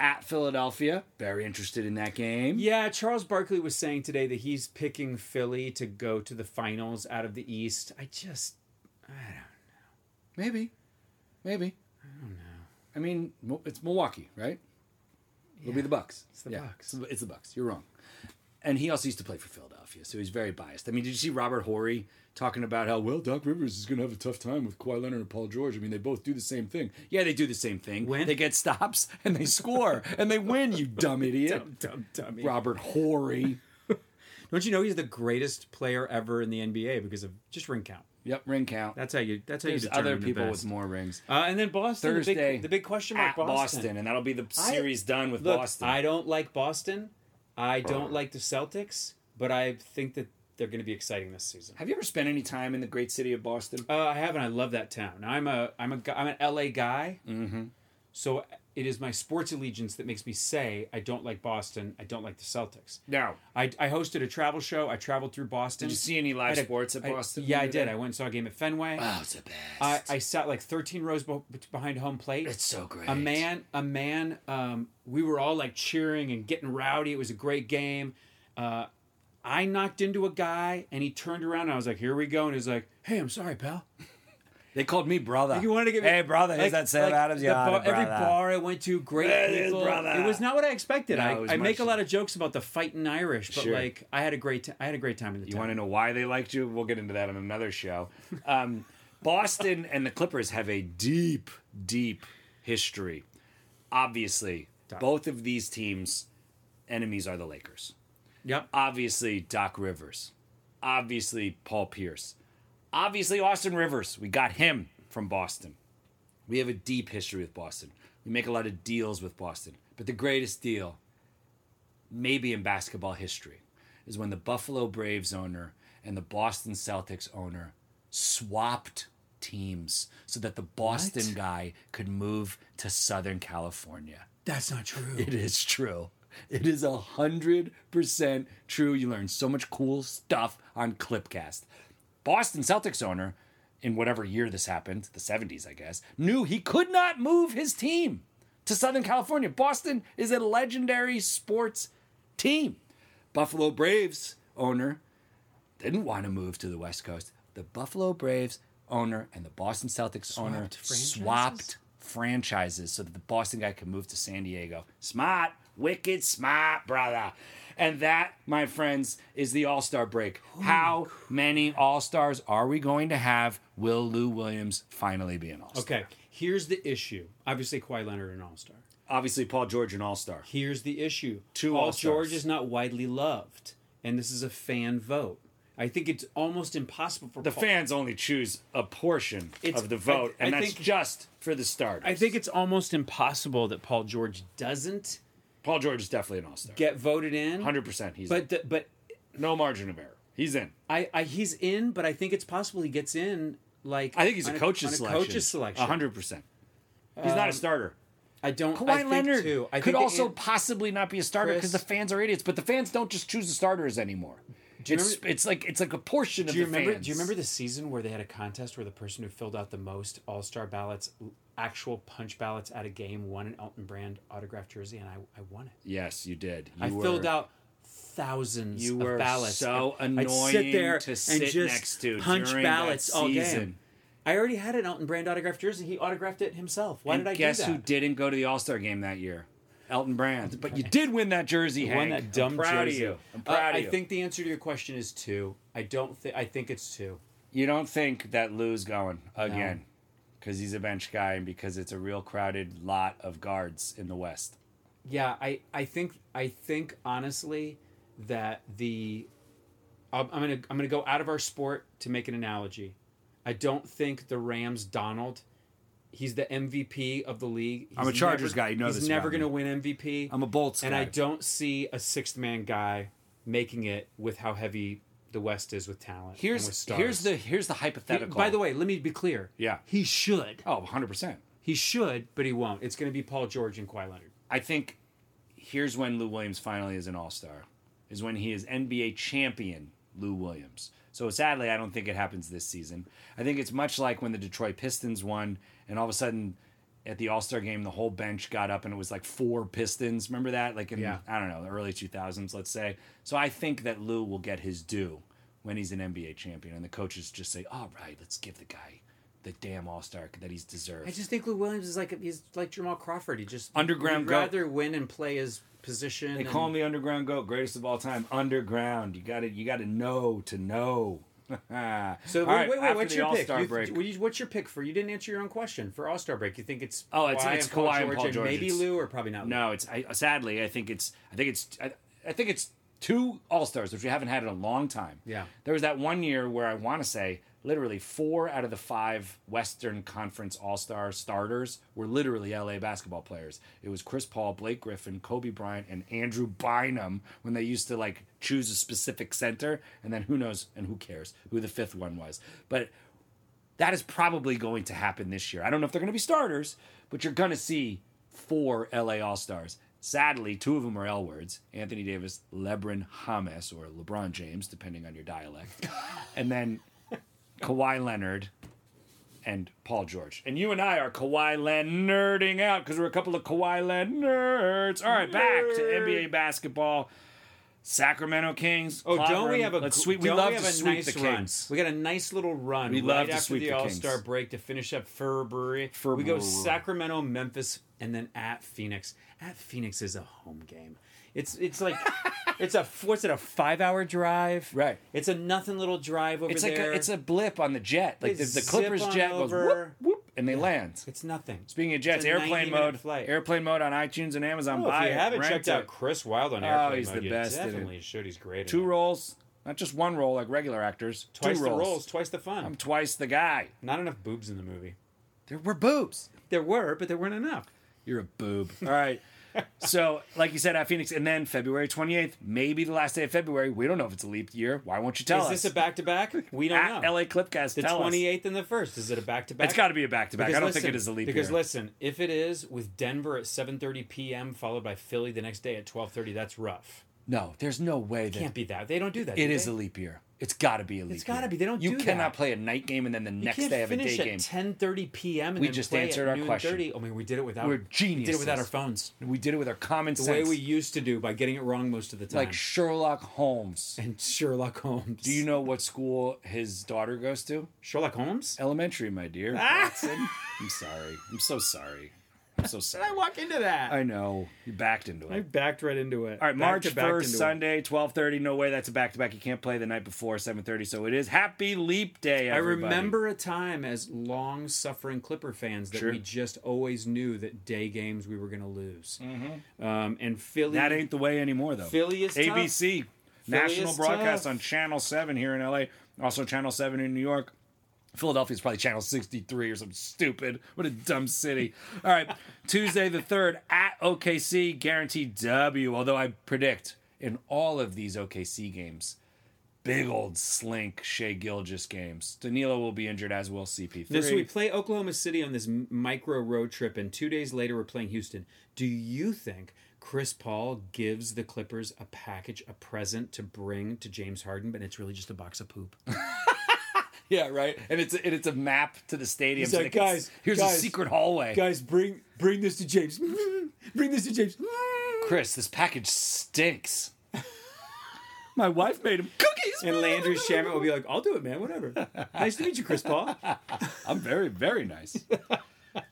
S1: at Philadelphia. Very interested in that game.
S2: Yeah, Charles Barkley was saying today that he's picking Philly to go to the finals out of the East. I just
S1: Maybe. Maybe.
S2: Oh,
S1: I don't know. I mean, Mo- it's Milwaukee, right? It'll be the Bucks. It's
S2: the Bucks.
S1: It's, the Bucks. You're wrong. And he also used to play for Philadelphia, so he's very biased. I mean, did you see Robert Horry talking about how well Doc Rivers is going to have a tough time with Kawhi Leonard and Paul George? I mean, they both do the same thing. Yeah, they do the same thing.
S2: Win.
S1: they get stops and they score and they win. You dumb idiot,
S2: dumb dummy.
S1: Robert Horry.
S2: Don't you know he's the greatest player ever in the NBA because of just ring count.
S1: Yep, ring count.
S2: That's how you. That's how
S1: There's
S2: you determine
S1: other
S2: the
S1: people
S2: best.
S1: with more rings.
S2: Uh, and then Boston. the big- the
S1: Thursday,
S2: big, question mark.
S1: at Boston. and that'll be the series done with
S2: Look,
S1: Boston.
S2: I don't like Boston. I don't like the Celtics, but I think that they're going to be exciting this season.
S1: Have you ever spent any time in the great city of Boston?
S2: Uh, I haven't. I love that town. I'm a I'm a gu- I'm an LA guy. Mm-hmm. So it is my sports allegiance that makes me say I don't like Boston. I don't like the Celtics.
S1: No.
S2: I, I hosted a travel show. I traveled through Boston.
S1: Did you see any
S2: I
S1: live
S2: had a-
S1: sports at
S2: I-
S1: Boston?
S2: yeah, I did. I went and saw a game at Fenway.
S1: Oh, it's the best.
S2: I, I sat like 13 rows be- behind home plate.
S1: it's so great.
S2: a man a man um, we were all like cheering and getting rowdy it was a great game uh, i knocked into a guy and he turned around and i was like here we go and he's like hey i'm sorry pal
S1: They called me brother.
S2: you wanted to get me
S1: Hey, brother. Here's
S2: like-
S1: that Sam
S2: like,
S1: Adams.
S2: the
S1: Yeah,
S2: bar- every
S1: brother.
S2: bar i went to great
S1: Hey, this
S2: people
S1: brother.
S2: it was not what i expected
S1: No, it was
S2: i, I make a
S1: much-
S2: lot of jokes about the fighting irish but
S1: Sure.
S2: like i had a great t- i had a great time in the
S1: You want
S2: town.
S1: to know why they liked you? We'll get into that on another show. Um, Boston and the Clippers have a deep, deep history. Obviously, both of these teams' enemies are the Lakers.
S2: yep
S1: Obviously, Doc Rivers. Obviously, Paul Pierce. Obviously, Austin Rivers. We got him from Boston. We have a deep history with Boston. We make a lot of deals with Boston. But the greatest deal, maybe in basketball history, is when the Buffalo Braves owner and the Boston Celtics owner swapped teams so that the Boston guy could move to Southern California.
S2: that's not true
S1: It is true. It is a hundred percent true. You learn so much cool stuff on Clipcast. Boston Celtics owner, in whatever year this happened, the 70s, I guess, knew he could not move his team to Southern California. Boston is a legendary sports team. Buffalo Braves owner didn't want to move to the West Coast. The Buffalo Braves owner and the Boston Celtics owner
S2: franchises?
S1: swapped franchises so that the Boston guy could move to San Diego. Smart, wicked, smart, brother. And that, my friends, is the All Star break. How many All Stars are we going to have? Will Lou Williams finally be an All Star?
S2: Okay, here's the issue. Obviously, Kawhi Leonard an All Star.
S1: Obviously, Paul George an All Star.
S2: Here's the issue.
S1: Two
S2: Paul
S1: All-Stars.
S2: George is not widely loved, and this is a fan vote. I think it's almost impossible for
S1: The
S2: Paul-
S1: fans only choose a portion
S2: It's-
S1: of the
S2: I-
S1: vote, and
S2: I
S1: that's
S2: think-
S1: just for the starters.
S2: I think it's almost impossible that Paul George doesn't
S1: Paul George is definitely an All Star.
S2: get voted in.
S1: Hundred percent. He's
S2: But the, but
S1: in. no margin of error. He's in.
S2: I, I he's in, but I think it's possible he gets in. Like
S1: I think he's
S2: on
S1: a coach's
S2: on
S1: selection. Um,
S2: Coach's selection.
S1: hundred percent. He's not a starter.
S2: I don't. I
S1: Kawhi
S2: think
S1: Leonard
S2: too. I
S1: could
S2: think
S1: also
S2: An-
S1: possibly not be a starter
S2: Chris-
S1: because the fans are idiots. But the fans don't just choose the starters anymore. It's
S2: remember-
S1: it's like it's like a portion of
S2: do you
S1: the
S2: remember?
S1: fans.
S2: Do you remember the season where they had a contest where the person who filled out the most All Star ballots, actual punch ballots at a game, won an Elton Brand autographed jersey, and I I won it.
S1: Yes, you did.
S2: I
S1: You
S2: filled
S1: were-
S2: out thousands
S1: You
S2: of
S1: were
S2: ballots.
S1: so
S2: And
S1: annoying
S2: I'd sit there
S1: to sit
S2: and just
S1: next to
S2: punch
S1: during
S2: ballots
S1: that
S2: all game.
S1: season.
S2: I already had an Elton Brand autographed jersey. He autographed it himself. Why
S1: and
S2: did I
S1: guess
S2: do that?
S1: who didn't go to the All Star game that year? Elton Brand. But you did win that jersey.
S2: You won
S1: Hank.
S2: that dumb
S1: I'm proud
S2: jersey.
S1: of you. I'm
S2: Uh,
S1: proud of you.
S2: I think the answer to your question is two. I don't think. I think it's two.
S1: You don't think that Lou's going again because he's a bench guy and because it's a real crowded lot of guards in the West.
S2: Yeah, I, I think I think honestly that the I'm I'm gonna I'm gonna go out of our sport to make an analogy. I don't think the Rams Donald, he's the MVP of the league.
S1: I'm a
S2: He's
S1: Chargers
S2: never-
S1: guy, you know
S2: he's
S1: this
S2: never
S1: about me.
S2: gonna win MVP.
S1: I'm a Bolts
S2: and
S1: guy.
S2: I don't see a sixth man guy making it with how heavy the West is with talent. and with
S1: Here's
S2: stars.
S1: here's the here's the hypothetical.
S2: By the way, let me be clear.
S1: Yeah.
S2: he should.
S1: oh, 100 percent.
S2: He should, but he won't. It's gonna be Paul George and Kawhi Leonard.
S1: I think here's when Lou Williams finally is an All Star, is when he is NBA champion Lou Williams. So sadly, I don't think it happens this season. I think it's much like when the Detroit Pistons won, and all of a sudden, at the All Star game, the whole bench got up, and it was like four Pistons. Remember that? Like in
S2: Yeah.
S1: I don't know the early 2000s, let's say. So I think that Lou will get his due when he's an NBA champion, and the coaches just say, "All right, let's give the guy the damn All Star that he's deserved."
S2: I just think Lou Williams is like he's like Jamal Crawford. He just
S1: Underground
S2: would
S1: goat.
S2: rather win and play his position.
S1: They call him the underground goat, greatest of all time. Underground. You got to You got to know to know.
S2: So
S1: so
S2: wait, wait, wait, what's your pick? You- what you- what's your pick for? You didn't answer your own question for All Star break. You think it's
S1: Oh, it's- it's Kawhi and Paul George.
S2: maybe
S1: It's-
S2: Lou or probably not. Lou.
S1: no, it's I, uh, sadly. I think it's. I think it's. I, I think it's two All Stars, which we haven't had in a long time.
S2: Yeah.
S1: There was that one year where I want to say literally four out of the five Western Conference All Star starters were literally LA basketball players. It was Chris Paul, Blake Griffin, Kobe Bryant, and Andrew Bynum when they used to like choose a specific center, and then who knows and who cares who the fifth one was. But that is probably going to happen this year. I don't know if they're going to be starters, but you're going to see four LA All Stars. Sadly, two of them are L words Anthony Davis, Lebron James, or LeBron James, depending on your dialect. and then Kawhi Leonard and Paul George. And you and I are Kawhi Leonarding out because we're a couple of Kawhi Leonards. All right, back to NBA basketball. Sacramento Kings.
S2: Oh, don't we
S1: Clobber 'em.
S2: have a
S1: Let's
S2: gr-
S1: sweep- We
S2: don't
S1: love
S2: we have
S1: to
S2: a
S1: sweep
S2: nice
S1: the Kings.
S2: run. We got a nice little run. We right
S1: love to
S2: after
S1: sweep
S2: the
S1: the
S2: All
S1: Kings.
S2: Star break to finish up Fur Brewery.
S1: Fur
S2: we go
S1: Brewery.
S2: Sacramento, Memphis, and then at Phoenix. At Phoenix is a home game. It's it's like it's a what's it a five hour drive?
S1: Right.
S2: It's a nothing little drive over
S1: It's like
S2: there.
S1: a, it's a blip on the jet. Like
S2: They
S1: the, the
S2: zip
S1: Clippers
S2: on
S1: jet goes whoop
S2: over.
S1: whoop and they land.
S2: It's nothing.
S1: Speaking of jets,
S2: a
S1: airplane
S2: 90 minute
S1: mode.
S2: flight.
S1: Airplane mode on iTunes and Amazon.
S2: Oh,
S1: Buy
S2: if you
S1: it,
S2: haven't
S1: rent
S2: checked
S1: it.
S2: out Chris Wild on
S1: Oh,
S2: airplane
S1: he's
S2: mode,
S1: the
S2: you
S1: best at it.
S2: Definitely should. He's great. at
S1: two
S2: it.
S1: rolls, not just one roll like regular actors.
S2: twice
S1: two
S2: the
S1: rolls.
S2: rolls, twice the fun.
S1: I'm twice the guy.
S2: Not enough boobs in the movie.
S1: There were boobs.
S2: There were, but there weren't enough.
S1: You're a boob. All right. so, like you said, at Phoenix, and then February 28th, maybe the last day of February. We don't know if it's a leap year. Why won't you tell
S2: Is
S1: us?
S2: this a back to back? We don't
S1: at
S2: know.
S1: LA Clipcast?
S2: the
S1: tell us.
S2: twenty eighth and the first. Is it a back to back?
S1: It's got to be a back to back. I don't think it is a leap
S2: because
S1: year.
S2: listen, if it is with Denver at seven thirty p.m. followed by Philly the next day at twelve thirty, that's rough.
S1: No, there's no way that
S2: Can't be that. They don't do that.
S1: it
S2: do
S1: is
S2: they?
S1: a leap year. It's got to be a leap. It's
S2: gotta be. They don't
S1: You
S2: do that.
S1: cannot play a night game and then the next
S2: can't
S1: day have a
S2: finish
S1: day game.
S2: at 10:30 p.m. And
S1: We
S2: then
S1: just
S2: play
S1: answered
S2: at
S1: our
S2: noon
S1: question.
S2: 30. I mean, we did it without.
S1: We're
S2: We did it without
S1: geniuses.
S2: our phones.
S1: we did it with our common
S2: The
S1: sense,
S2: way we used to do by getting it wrong most of the time.
S1: like Sherlock Holmes.
S2: and Sherlock Holmes.
S1: Do you know what school his daughter goes to?
S2: Sherlock Holmes?
S1: Elementary, my dear.
S2: Ah!
S1: Watson. I'm sorry. I'm so sorry. I'm so sorry.
S2: I walk into that.
S1: I know you backed into it.
S2: I backed right into it.
S1: All right,
S2: Back
S1: March
S2: to back
S1: first,
S2: into it.
S1: Sunday, twelve thirty. No way, that's a back to back. You can't play the night before seven thirty. So it is Happy Leap Day.
S2: I
S1: Everybody.
S2: remember a time as long suffering Clipper fans that
S1: Sure.
S2: we just always knew that day games we were going to lose. Um, and Philly.
S1: that ain't the way anymore, though.
S2: Philly is tough.
S1: ABC national
S2: is
S1: broadcast
S2: tough.
S1: on Channel Seven here in LA, also Channel Seven in New York. Philadelphia is probably Channel 63 or some stupid. What a dumb city. All right, Tuesday the 3rd at OKC, guaranteed W. Although I predict in all of these OKC games, big old slink Shea Gilgis games, Danilo will be injured, as will CP3.
S2: No, so we play Oklahoma City on this m- micro road trip, and two days later we're playing Houston. Do you think Chris Paul gives the Clippers a package, a present to bring to James Harden, but it's really just a box of poop?
S1: yeah, right. And it's a, and it's a map to the stadium. so
S4: like,
S1: they can-
S4: "Guys,
S1: here's a
S4: guys,
S1: secret hallway.
S4: Guys, bring bring this to James. bring this to James.
S1: Chris, this package stinks. My wife made him cookies.
S2: And Landry Shamet will be like, "I'll do it, man. Whatever. Nice to meet you, Chris Paul."
S1: I'm very, very nice.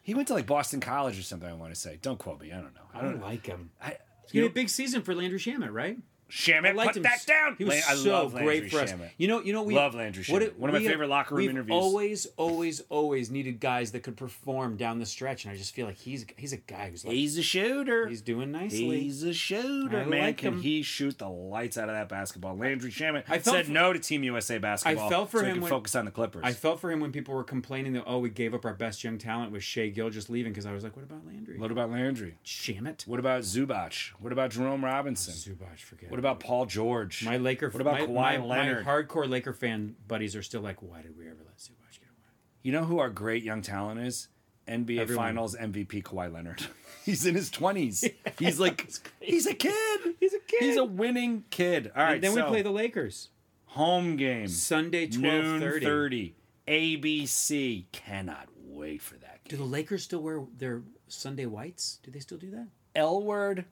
S1: he went to like Boston College or something. I want to say. Don't quote me. I don't know. I
S2: I
S1: don't.
S2: don't like him.
S1: I,
S2: It's
S1: you
S2: gonna
S1: know,
S2: be a big season for Landry Shamet, right?
S1: Shaman,
S2: liked
S1: put
S2: him
S1: that
S2: s-
S1: down.
S2: He was
S1: Lan- I
S2: so
S1: love
S2: great
S1: Landry
S2: for us.
S1: Shamet.
S2: You know, you know, we
S1: Love Landry
S2: what
S1: Shamet.
S2: it-
S1: One of my
S2: we have-
S1: favorite locker room
S2: we've
S1: interviews.
S2: Always, always, always needed guys that could perform down the stretch, and I just feel like he's he's a guy who's like
S1: He's a shooter.
S2: he's doing nicely.
S1: He's a shooter,
S2: I
S1: man.
S2: like
S1: Can
S2: him.
S1: he shoot the lights out of that basketball? Landry Shaman
S2: I felt
S1: said
S2: for-
S1: no to Team USA basketball.
S2: I felt for
S1: so he
S2: him
S1: could
S2: when-
S1: focus on the Clippers.
S2: I felt for him when people were complaining that oh we gave up our best young talent with Shea Gill just leaving because I was like what about Landry?
S1: what about Landry?
S2: Shamet,
S1: What about Zubac? What about Jerome Robinson?
S2: Zubac, forget.
S1: What about Paul George?
S2: my Laker?
S1: What about
S2: my,
S1: Kawhi
S2: my,
S1: Leonard?
S2: My hardcore Laker fan buddies are still like, why did we ever let Zubac get away?
S1: You know who our great young talent is? NBA
S2: Everyone.
S1: Finals MVP Kawhi Leonard. he's in his twenties. He's like he's a kid.
S2: He's a kid.
S1: He's a winning kid. All right.
S2: then
S1: so,
S2: we play the Lakers
S1: home game
S2: Sunday twelve
S1: noon
S2: thirty.
S1: thirty. ABC cannot wait for that.
S2: Do
S1: Game.
S2: the Lakers still wear their Sunday whites? Do they still do that?
S1: L word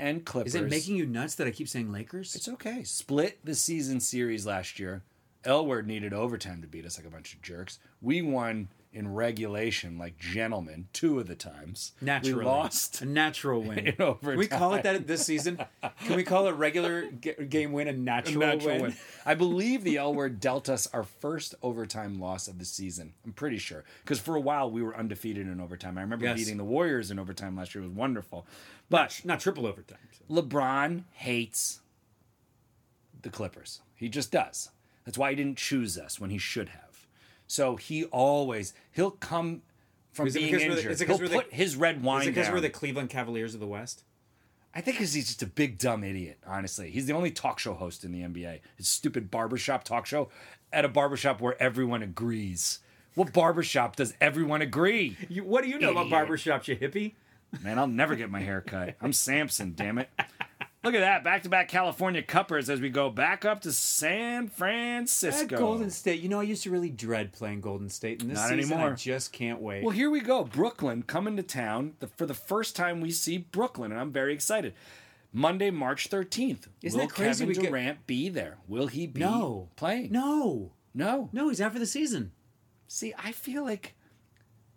S1: and Clippers.
S2: Is it making you nuts that I keep saying Lakers?
S1: It's okay. Split the season series last year. L word needed overtime to beat us like a bunch of jerks. We won in regulation like gentlemen two of the times.
S2: Naturally.
S1: We lost.
S2: A natural win.
S1: In
S2: Can we call it
S1: overtime.
S2: that this season? Can we call a regular g- game win a natural,
S1: natural
S2: win?
S1: win. I believe the L word dealt us our first overtime loss of the season. I'm pretty sure because for a while we were undefeated in overtime. I remember
S2: Yes.
S1: beating the Warriors in overtime last year. It was wonderful. But
S2: Not triple overtime.
S1: LeBron hates the Clippers. He just does. That's why he didn't choose us when he should have. So he always he'll come from
S2: Is it
S1: being
S2: because we're the-
S1: injured.
S2: is it
S1: he'll
S2: because we're the-
S1: put his red
S2: Is
S1: wine
S2: it because
S1: down.
S2: we're the Cleveland Cavaliers of the West?
S1: I think 'cause he's just a big dumb idiot, honestly. He's the only talk show host in the NBA. His stupid barbershop talk show at a barbershop where everyone agrees. What barbershop does everyone agree?
S2: You, what do you know about
S1: Idiot.
S2: barbershops, you hippie?
S1: Man, I'll never get my hair cut. I'm Samson, damn it. Look at that. Back to back California Cuppers as we go back up to San Francisco.
S2: Golden State. You know, I used to really dread playing Golden State, and this
S1: Not
S2: season
S1: anymore.
S2: I just can't wait.
S1: Well, here we go. Brooklyn coming to town the, for the first time. We see Brooklyn, and I'm very excited. Monday, March 13th.
S2: Isn't
S1: Will
S2: it crazy
S1: Kevin
S2: we get-
S1: Durant be there? Will he be
S2: no.
S1: playing?
S2: No.
S1: No.
S2: No, he's out for the season.
S1: See, I feel like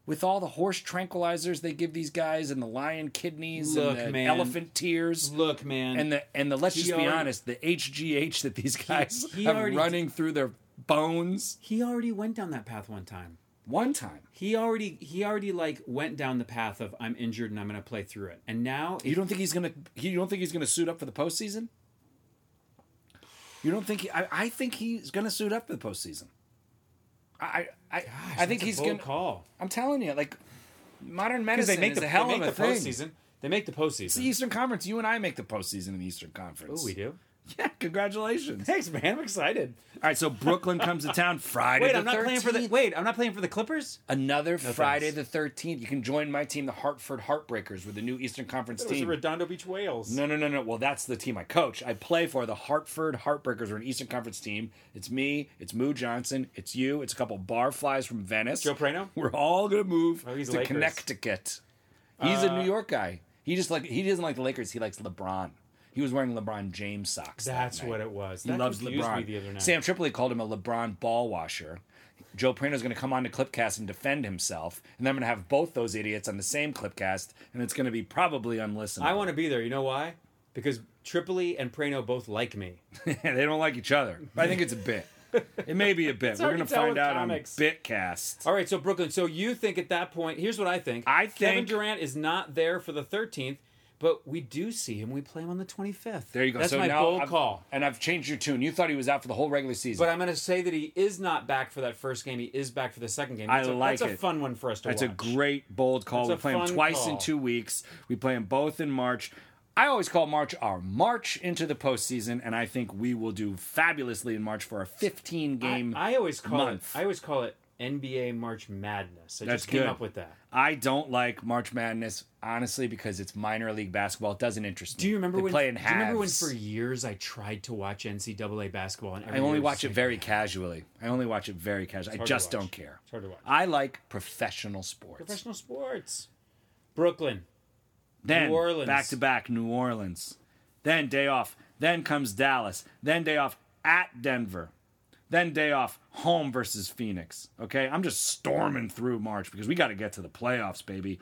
S1: with all the horse tranquilizers they give these guys and the lion kidneys
S2: Look,
S1: and the
S2: man.
S1: elephant tears
S2: Look, man.
S1: and the and the let's
S2: He
S1: just be
S2: already-
S1: honest, the HGH that these guys
S2: he
S1: have
S2: already-
S1: running through their bones.
S2: he already went down that path one time.
S1: One time.
S2: he already he already like went down the path of I'm injured and I'm going to play through it. And now
S1: You don't think he's gonna you don't think he's gonna suit up for the postseason? You don't think he, I, I think he's gonna suit up for the postseason. I I, I, I think he's gonna
S2: call
S1: I'm telling you, like modern
S2: because
S1: medicine
S2: they make
S1: is
S2: the
S1: a hell
S2: they
S1: of
S2: make
S1: a
S2: the
S1: thing.
S2: postseason. They make the postseason.
S1: It's the Eastern Conference. You and I make the postseason in the Eastern Conference.
S2: oh, we do.
S1: Yeah, congratulations.
S2: Thanks, man. I'm excited.
S1: All right, so Brooklyn comes to town Friday.
S2: Wait,
S1: the
S2: I'm not playing for the
S1: 13th.
S2: wait. I'm not playing for the Clippers.
S1: Another Friday the 13th. You can join my team, the Hartford Heartbreakers, with the new Eastern Conference
S2: It was the
S1: team.
S2: Redondo Beach Whales.
S1: No, no, no, no. Well, that's the team I coach. I play for the Hartford Heartbreakers. We're an Eastern Conference team. It's me. It's Moo Johnson. It's you. It's a couple barflies from Venice.
S2: Joe Prano?
S1: We're all gonna move
S2: Oh, he's
S1: to
S2: Lakers. Uh,
S1: Connecticut. He's a New York guy. He just like he doesn't like the Lakers. He likes LeBron. He was wearing LeBron James socks. that
S2: That's
S1: night.
S2: what it was.
S1: He
S2: That
S1: loves
S2: confused
S1: LeBron.
S2: Me the other night.
S1: Sam Tripoli called him a LeBron ball washer. Joe Prano's going to come on to Clipcast and defend himself, and then I'm going to have both those idiots on the same Clipcast, and it's going to be probably unlistenable.
S2: I want to be there. You know why? Because Tripoli and Prano both like me.
S1: Yeah, they don't like each other. But I think it's a bit. It may be a bit. We're
S2: hard
S1: gonna
S2: to tell
S1: find
S2: with
S1: out
S2: comics.
S1: on Bitcast.
S2: All right, so Brooklyn. So you think at that point? Here's what I think.
S1: I
S2: Kevin
S1: think-
S2: Durant is not there for the 13th, but we do see him. We play him on the 25th.
S1: There you go.
S2: That's
S1: so
S2: my
S1: now
S2: bold
S1: I've-
S2: call.
S1: And I've changed your tune. You thought he was out for the whole regular season.
S2: But I'm going to say that he is not back for that first game. He is back for the second game.
S1: I
S2: That's a,
S1: like
S2: That's a
S1: it.
S2: fun one for us to
S1: That's
S2: watch.
S1: a great bold call.
S2: That's
S1: we
S2: a
S1: play them
S2: fun
S1: twice in
S2: call.
S1: two weeks. We play them both in March. I always call March our March into the postseason, and I think we will do fabulously in March for our 15 game.
S2: I, I always call
S1: month.
S2: it. I always call it NBA March Madness. I
S1: That's
S2: just came
S1: good.
S2: up with that.
S1: I don't like March Madness honestly because it's minor league basketball. It doesn't interest me.
S2: Do you remember
S1: they
S2: when?
S1: play in
S2: Do you remember when
S1: halves.
S2: for years I tried to watch NCAA basketball and every
S1: I only
S2: year was
S1: watch
S2: just
S1: it
S2: like,
S1: very casually. I only watch it very casually. I
S2: hard to
S1: just
S2: watch.
S1: don't care.
S2: It's hard to watch.
S1: I like professional sports.
S2: professional sports. Brooklyn.
S1: then
S2: New Orleans.
S1: back to back New Orleans. Then day off. Then comes Dallas. Then day off at Denver. Then day off home versus Phoenix. Okay? I'm just storming through March because we got to get to the playoffs, baby.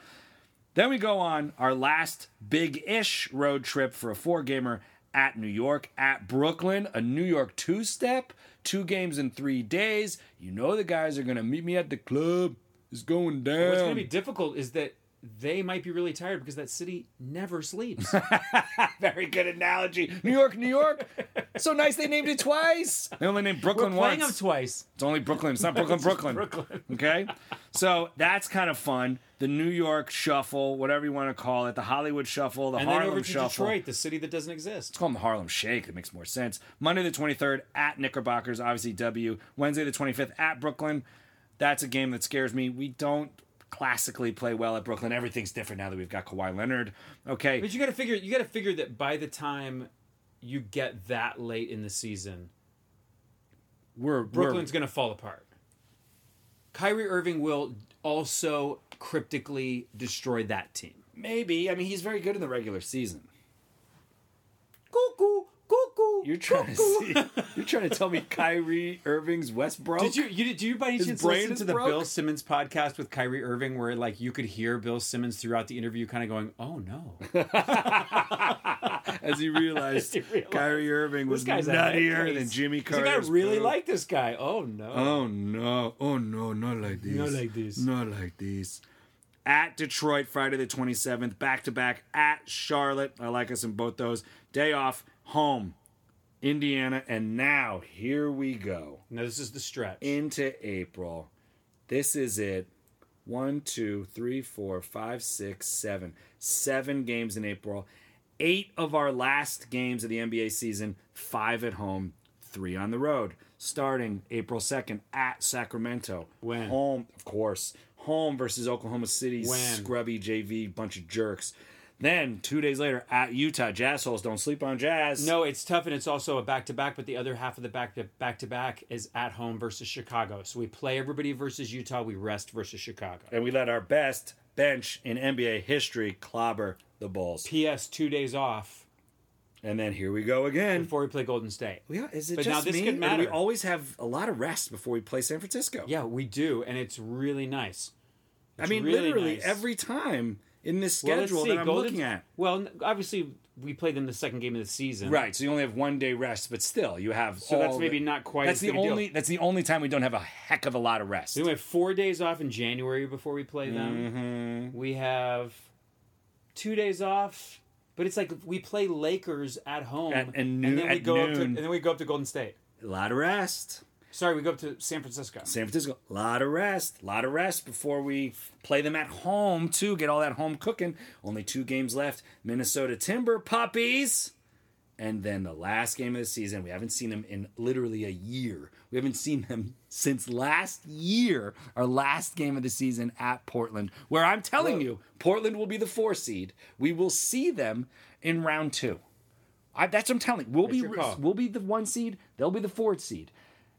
S1: Then we go on our last big ish road trip for a four gamer at New York, at Brooklyn, a New York two step, two games in three days. You know the guys are going to meet me at the club. It's going down.
S2: What's going to be difficult is that they might be really tired because that city never sleeps.
S1: Very good analogy. New York, New York. so nice they named it twice. They only named Brooklyn
S2: We're playing them
S1: once.
S2: twice.
S1: it's only Brooklyn. It's not Brooklyn, Brooklyn.
S2: Brooklyn.
S1: Okay? So that's kind of fun. The New York shuffle, whatever you want to call it, the Hollywood shuffle, the
S2: And
S1: Harlem
S2: then over to
S1: shuffle.
S2: Detroit, the city that doesn't exist.
S1: Let's call them the Harlem Shake. That makes more sense. Monday the 23rd at Knickerbockers, obviously W. Wednesday the 25th at Brooklyn. That's a game that scares me. We don't classically play well at Brooklyn. Everything's different now that we've got Kawhi Leonard. Okay.
S2: But you got to figure you got to figure that by the time you get that late in the season,
S1: We're, we're
S2: Brooklyn's going to fall apart. Kyrie Irving will also cryptically destroy that team.
S1: Maybe. I mean, he's very good in the regular season.
S2: Cuckoo, cuckoo.
S1: You're trying to see, you're trying to tell me Kyrie Irving's Westbrook.
S2: Did you, you do you by any chance
S1: brain
S2: listen
S1: is
S2: to the
S1: broke?
S2: Bill Simmons podcast with Kyrie Irving, where like you could hear Bill Simmons throughout the interview, kind of going, "Oh no,
S1: as he realized,
S2: As he realized.
S1: Kyrie Irving was nuttier than Jimmy Carter.
S2: I really like this guy. Oh no,
S1: Oh no! Oh no! Not like this.
S2: Not like this.
S1: Not like this. At Detroit, Friday the twenty seventh, back to back. At Charlotte, I like us in both those. Day off, home, Indiana, and now here we go.
S2: no, this is the stretch.
S1: into April. This is it. One, two, three, four, five, six, seven. Seven games in April. Eight of our last games of the NBA season, five at home, three on the road. Starting April 2nd at Sacramento.
S2: When?
S1: Home, of course. Home versus Oklahoma City,
S2: When?
S1: scrubby JV, bunch of jerks. Then, two days later, at Utah, Jazz Holes. Don't sleep on Jazz.
S2: no, it's tough, and it's also a back to back. But the other half of the back to back to back is at home versus Chicago. So we play everybody versus Utah. We rest versus Chicago.
S1: And we let our best bench in NBA history clobber the Bulls.
S2: P.S. Two days off
S1: And then here we go again.
S2: before we play Golden State.
S1: Yeah, is it
S2: But now
S1: just
S2: this
S1: me?
S2: could
S1: Or do we
S2: matter.
S1: always have a lot of rest before we play San Francisco.
S2: Yeah, we do, and it's really nice.
S1: I mean,
S2: really
S1: literally
S2: nice.
S1: every time in this
S2: Well, let's
S1: schedule
S2: see,
S1: that I'm
S2: Golden-
S1: looking at.
S2: Well, n- obviously we played them the second game of the season.
S1: Right, so you only have one day rest, but still you have.
S2: So that's
S1: all
S2: maybe
S1: the-
S2: not quite
S1: That's
S2: as
S1: the
S2: big a deal.
S1: only. That's the only time we don't have a heck of a lot of rest.
S2: Then we have four days off in January before we play them.
S1: Mm-hmm.
S2: We have two days off, but it's like we play Lakers at home
S1: At- and noo-
S2: then we
S1: at
S2: go up to,
S1: noon.
S2: and then we go up to Golden State.
S1: A lot of rest.
S2: Sorry, we go up to San Francisco.
S1: San Francisco, a lot of rest, a lot of rest before we play them at home too. Get all that home cooking. Only two games left. Minnesota Timber puppies And then the last game of the season, we haven't seen them in literally a year. We haven't seen them since last year, our last game of the season at Portland, where I'm telling you, Portland will be the four seed. We will see them in round two. I, that's what I'm telling. you. We'll be
S2: your call.
S1: we'll be the one seed. They'll be the fourth seed.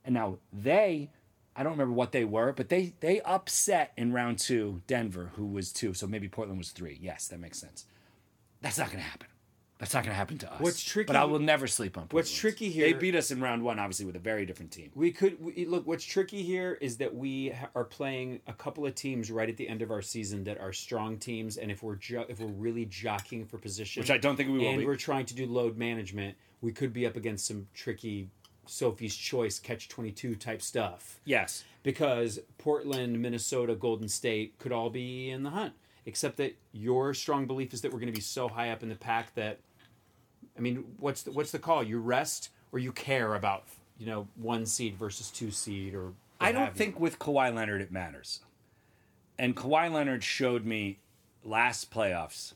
S1: And now they, I don't remember what they were, but they they upset in round two Denver, who was two. So maybe Portland was three. Yes, that makes sense. That's not going to happen. That's not going to happen to us.
S2: What's tricky-
S1: But I will never sleep on.
S2: What's
S1: Portland.
S2: tricky
S1: They
S2: here-
S1: beat us in round one, obviously with a very different team.
S2: We could we, look. What's tricky here is that we ha- are playing a couple of teams right at the end of our season that are strong teams, and if we're jo- if we're really jockeying for position,
S1: Which I don't think we will
S2: and
S1: be.
S2: we're trying to do load management, we could be up against some tricky Sophie's Choice catch twenty two type stuff.
S1: Yes.
S2: because Portland, Minnesota, Golden State could all be in the hunt. Except that your strong belief is that we're going to be so high up in the pack that, I mean, what's the, what's the call? You rest or you care about you know one seed versus two seed or. what
S1: I don't
S2: have you.
S1: think with Kawhi Leonard it matters. And Kawhi Leonard showed me last playoffs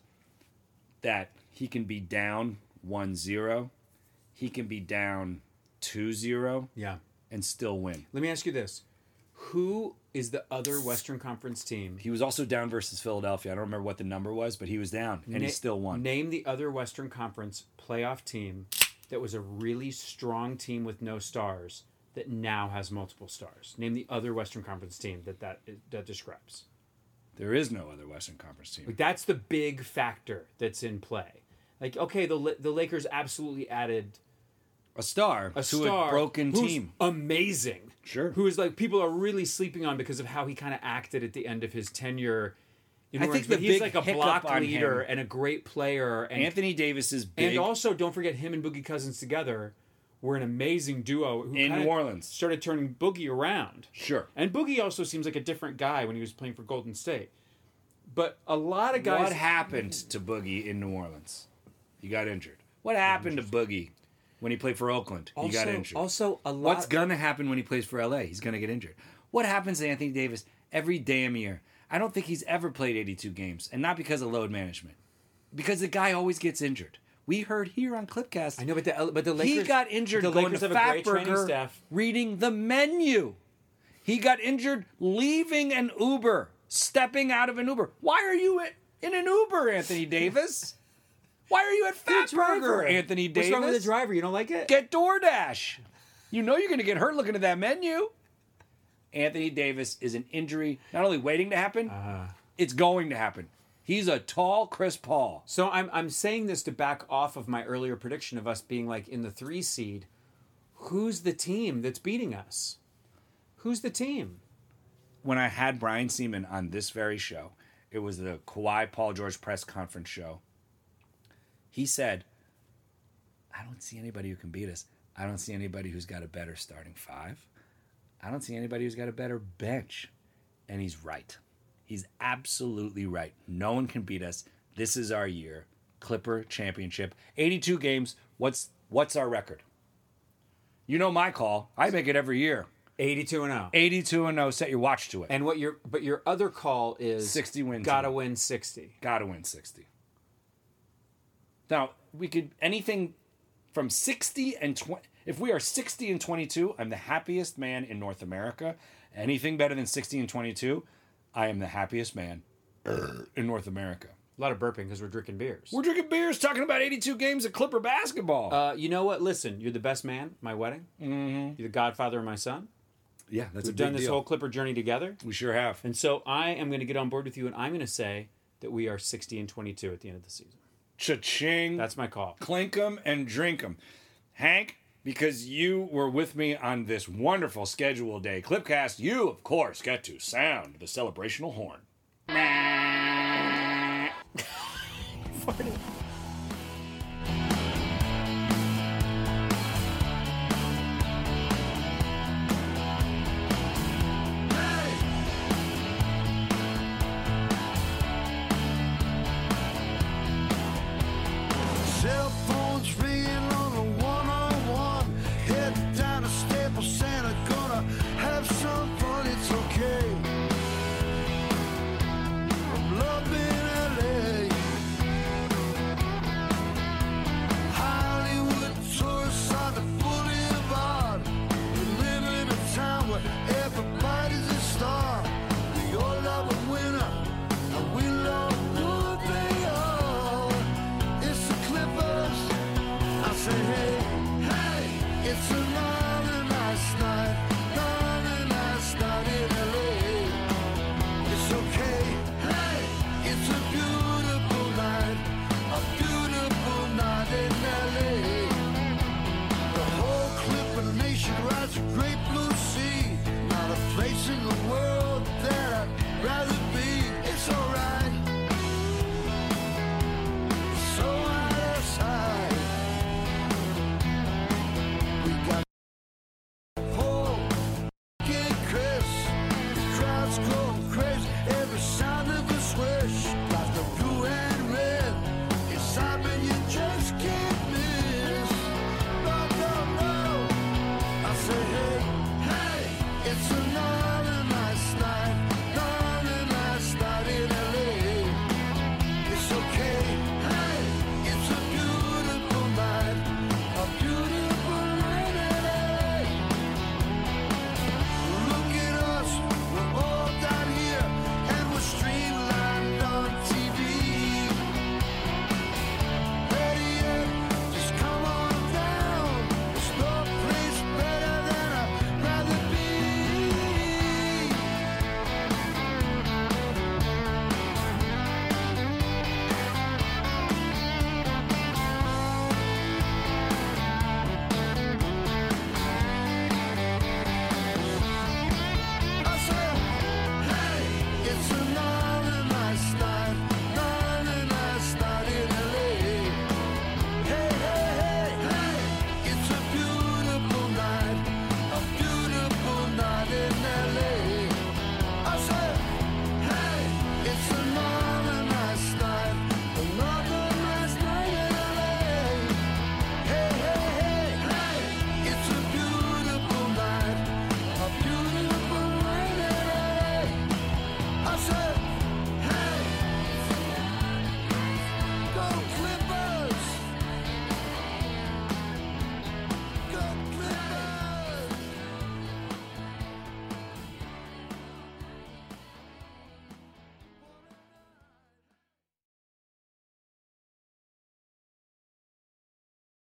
S1: that he can be down 1 0, he can be down 2 0,
S2: Yeah.
S1: and still win.
S2: Let me ask you this: Who is the other Western Conference team?
S1: He was also down versus Philadelphia. I don't remember what the number was, but he was down and he
S2: Na-
S1: still won.
S2: Name the other Western Conference playoff team that was a really strong team with no stars that now has multiple stars. Name the other Western Conference team that that, that describes.
S1: there is no other Western Conference team.
S2: Like that's the big factor that's in play. Like okay, the La- the Lakers absolutely added
S1: A star to
S2: a star
S1: a broken
S2: who's
S1: team.
S2: amazing.
S1: Sure.
S2: Who is like people are really sleeping on because of how he kind of acted at the end of his tenure. In
S1: I think
S2: Orange,
S1: the
S2: but he's
S1: big
S2: like a
S1: hiccup
S2: block
S1: on
S2: leader
S1: him-
S2: and a great player and
S1: Anthony Davis is big.
S2: And also, don't forget him and Boogie Cousins together were an amazing duo who
S1: In
S2: kinda
S1: New Orleans.
S2: started turning Boogie around.
S1: sure.
S2: And Boogie also seems like a different guy when he was playing for Golden State. But a lot of guys,
S1: What happened to Boogie in New Orleans? He got injured. What happened to Boogie when he played for Oakland? He got injured.
S2: also a lot.
S1: What's going to happen when he plays for LA? He's going to get injured. What happens to Anthony Davis every damn year? I don't think he's ever played 82 games, and not because of load management, because the guy always gets injured. We heard here on Clipcast.
S2: I know, but the but the Lakers
S1: he got injured
S2: The
S1: going
S2: Lakers
S1: to
S2: have a great training
S1: Fatburger
S2: staff.
S1: reading the menu. He got injured leaving an Uber, stepping out of an Uber. Why are you at, in an Uber, Anthony Davis? Why are you at Fatburger, Anthony Davis?
S2: What's wrong with the driver? You don't like it?
S1: Get DoorDash. You know you're going to get hurt looking at that menu. Anthony Davis is an injury not only waiting to happen,
S2: Uh-huh.
S1: it's going to happen. He's a tall Chris Paul.
S2: So I'm I'm saying this to back off of my earlier prediction of us being like in the three seed. Who's the team that's beating us? Who's the team?
S1: when I had Brian Seaman on this very show, it was the Kawhi Paul George press conference show. He said, I don't see anybody who can beat us. I don't see anybody who's got a better starting five. I don't see anybody who's got a better bench. And he's right. He's absolutely right. No one can beat us. This is our year. Clipper championship. 82 games. What's what's our record? You know my call. I make it every year.
S2: 82 and oh. 0.
S1: 82 and 0. Set your watch to it.
S2: And what your but your other call is
S1: 60 win
S2: Gotta
S1: team.
S2: win sixty.
S1: got to win 60. Now, we could anything from 60 and 20 if we are 60 and 22, I'm the happiest man in North America. Anything better than 60 and 22, I am the happiest man in North America.
S2: A lot of burping because we're drinking beers.
S1: We're drinking beers talking about 82 games of Clipper basketball.
S2: uh, you know what? Listen, you're the best man. at My wedding. Mm-hmm. You're the godfather of my son.
S1: yeah, that's
S2: We've done this whole Clipper journey together,
S1: we sure have.
S2: and so I am going to get on board with you, and I'm going to say that we are sixty and twenty-two at the end of the season.
S1: Cha-ching.
S2: That's my call.
S1: clink 'em and drink 'em. Hank, because you were with me on this wonderful schedule day clipcast, you of course get to sound the celebrational horn.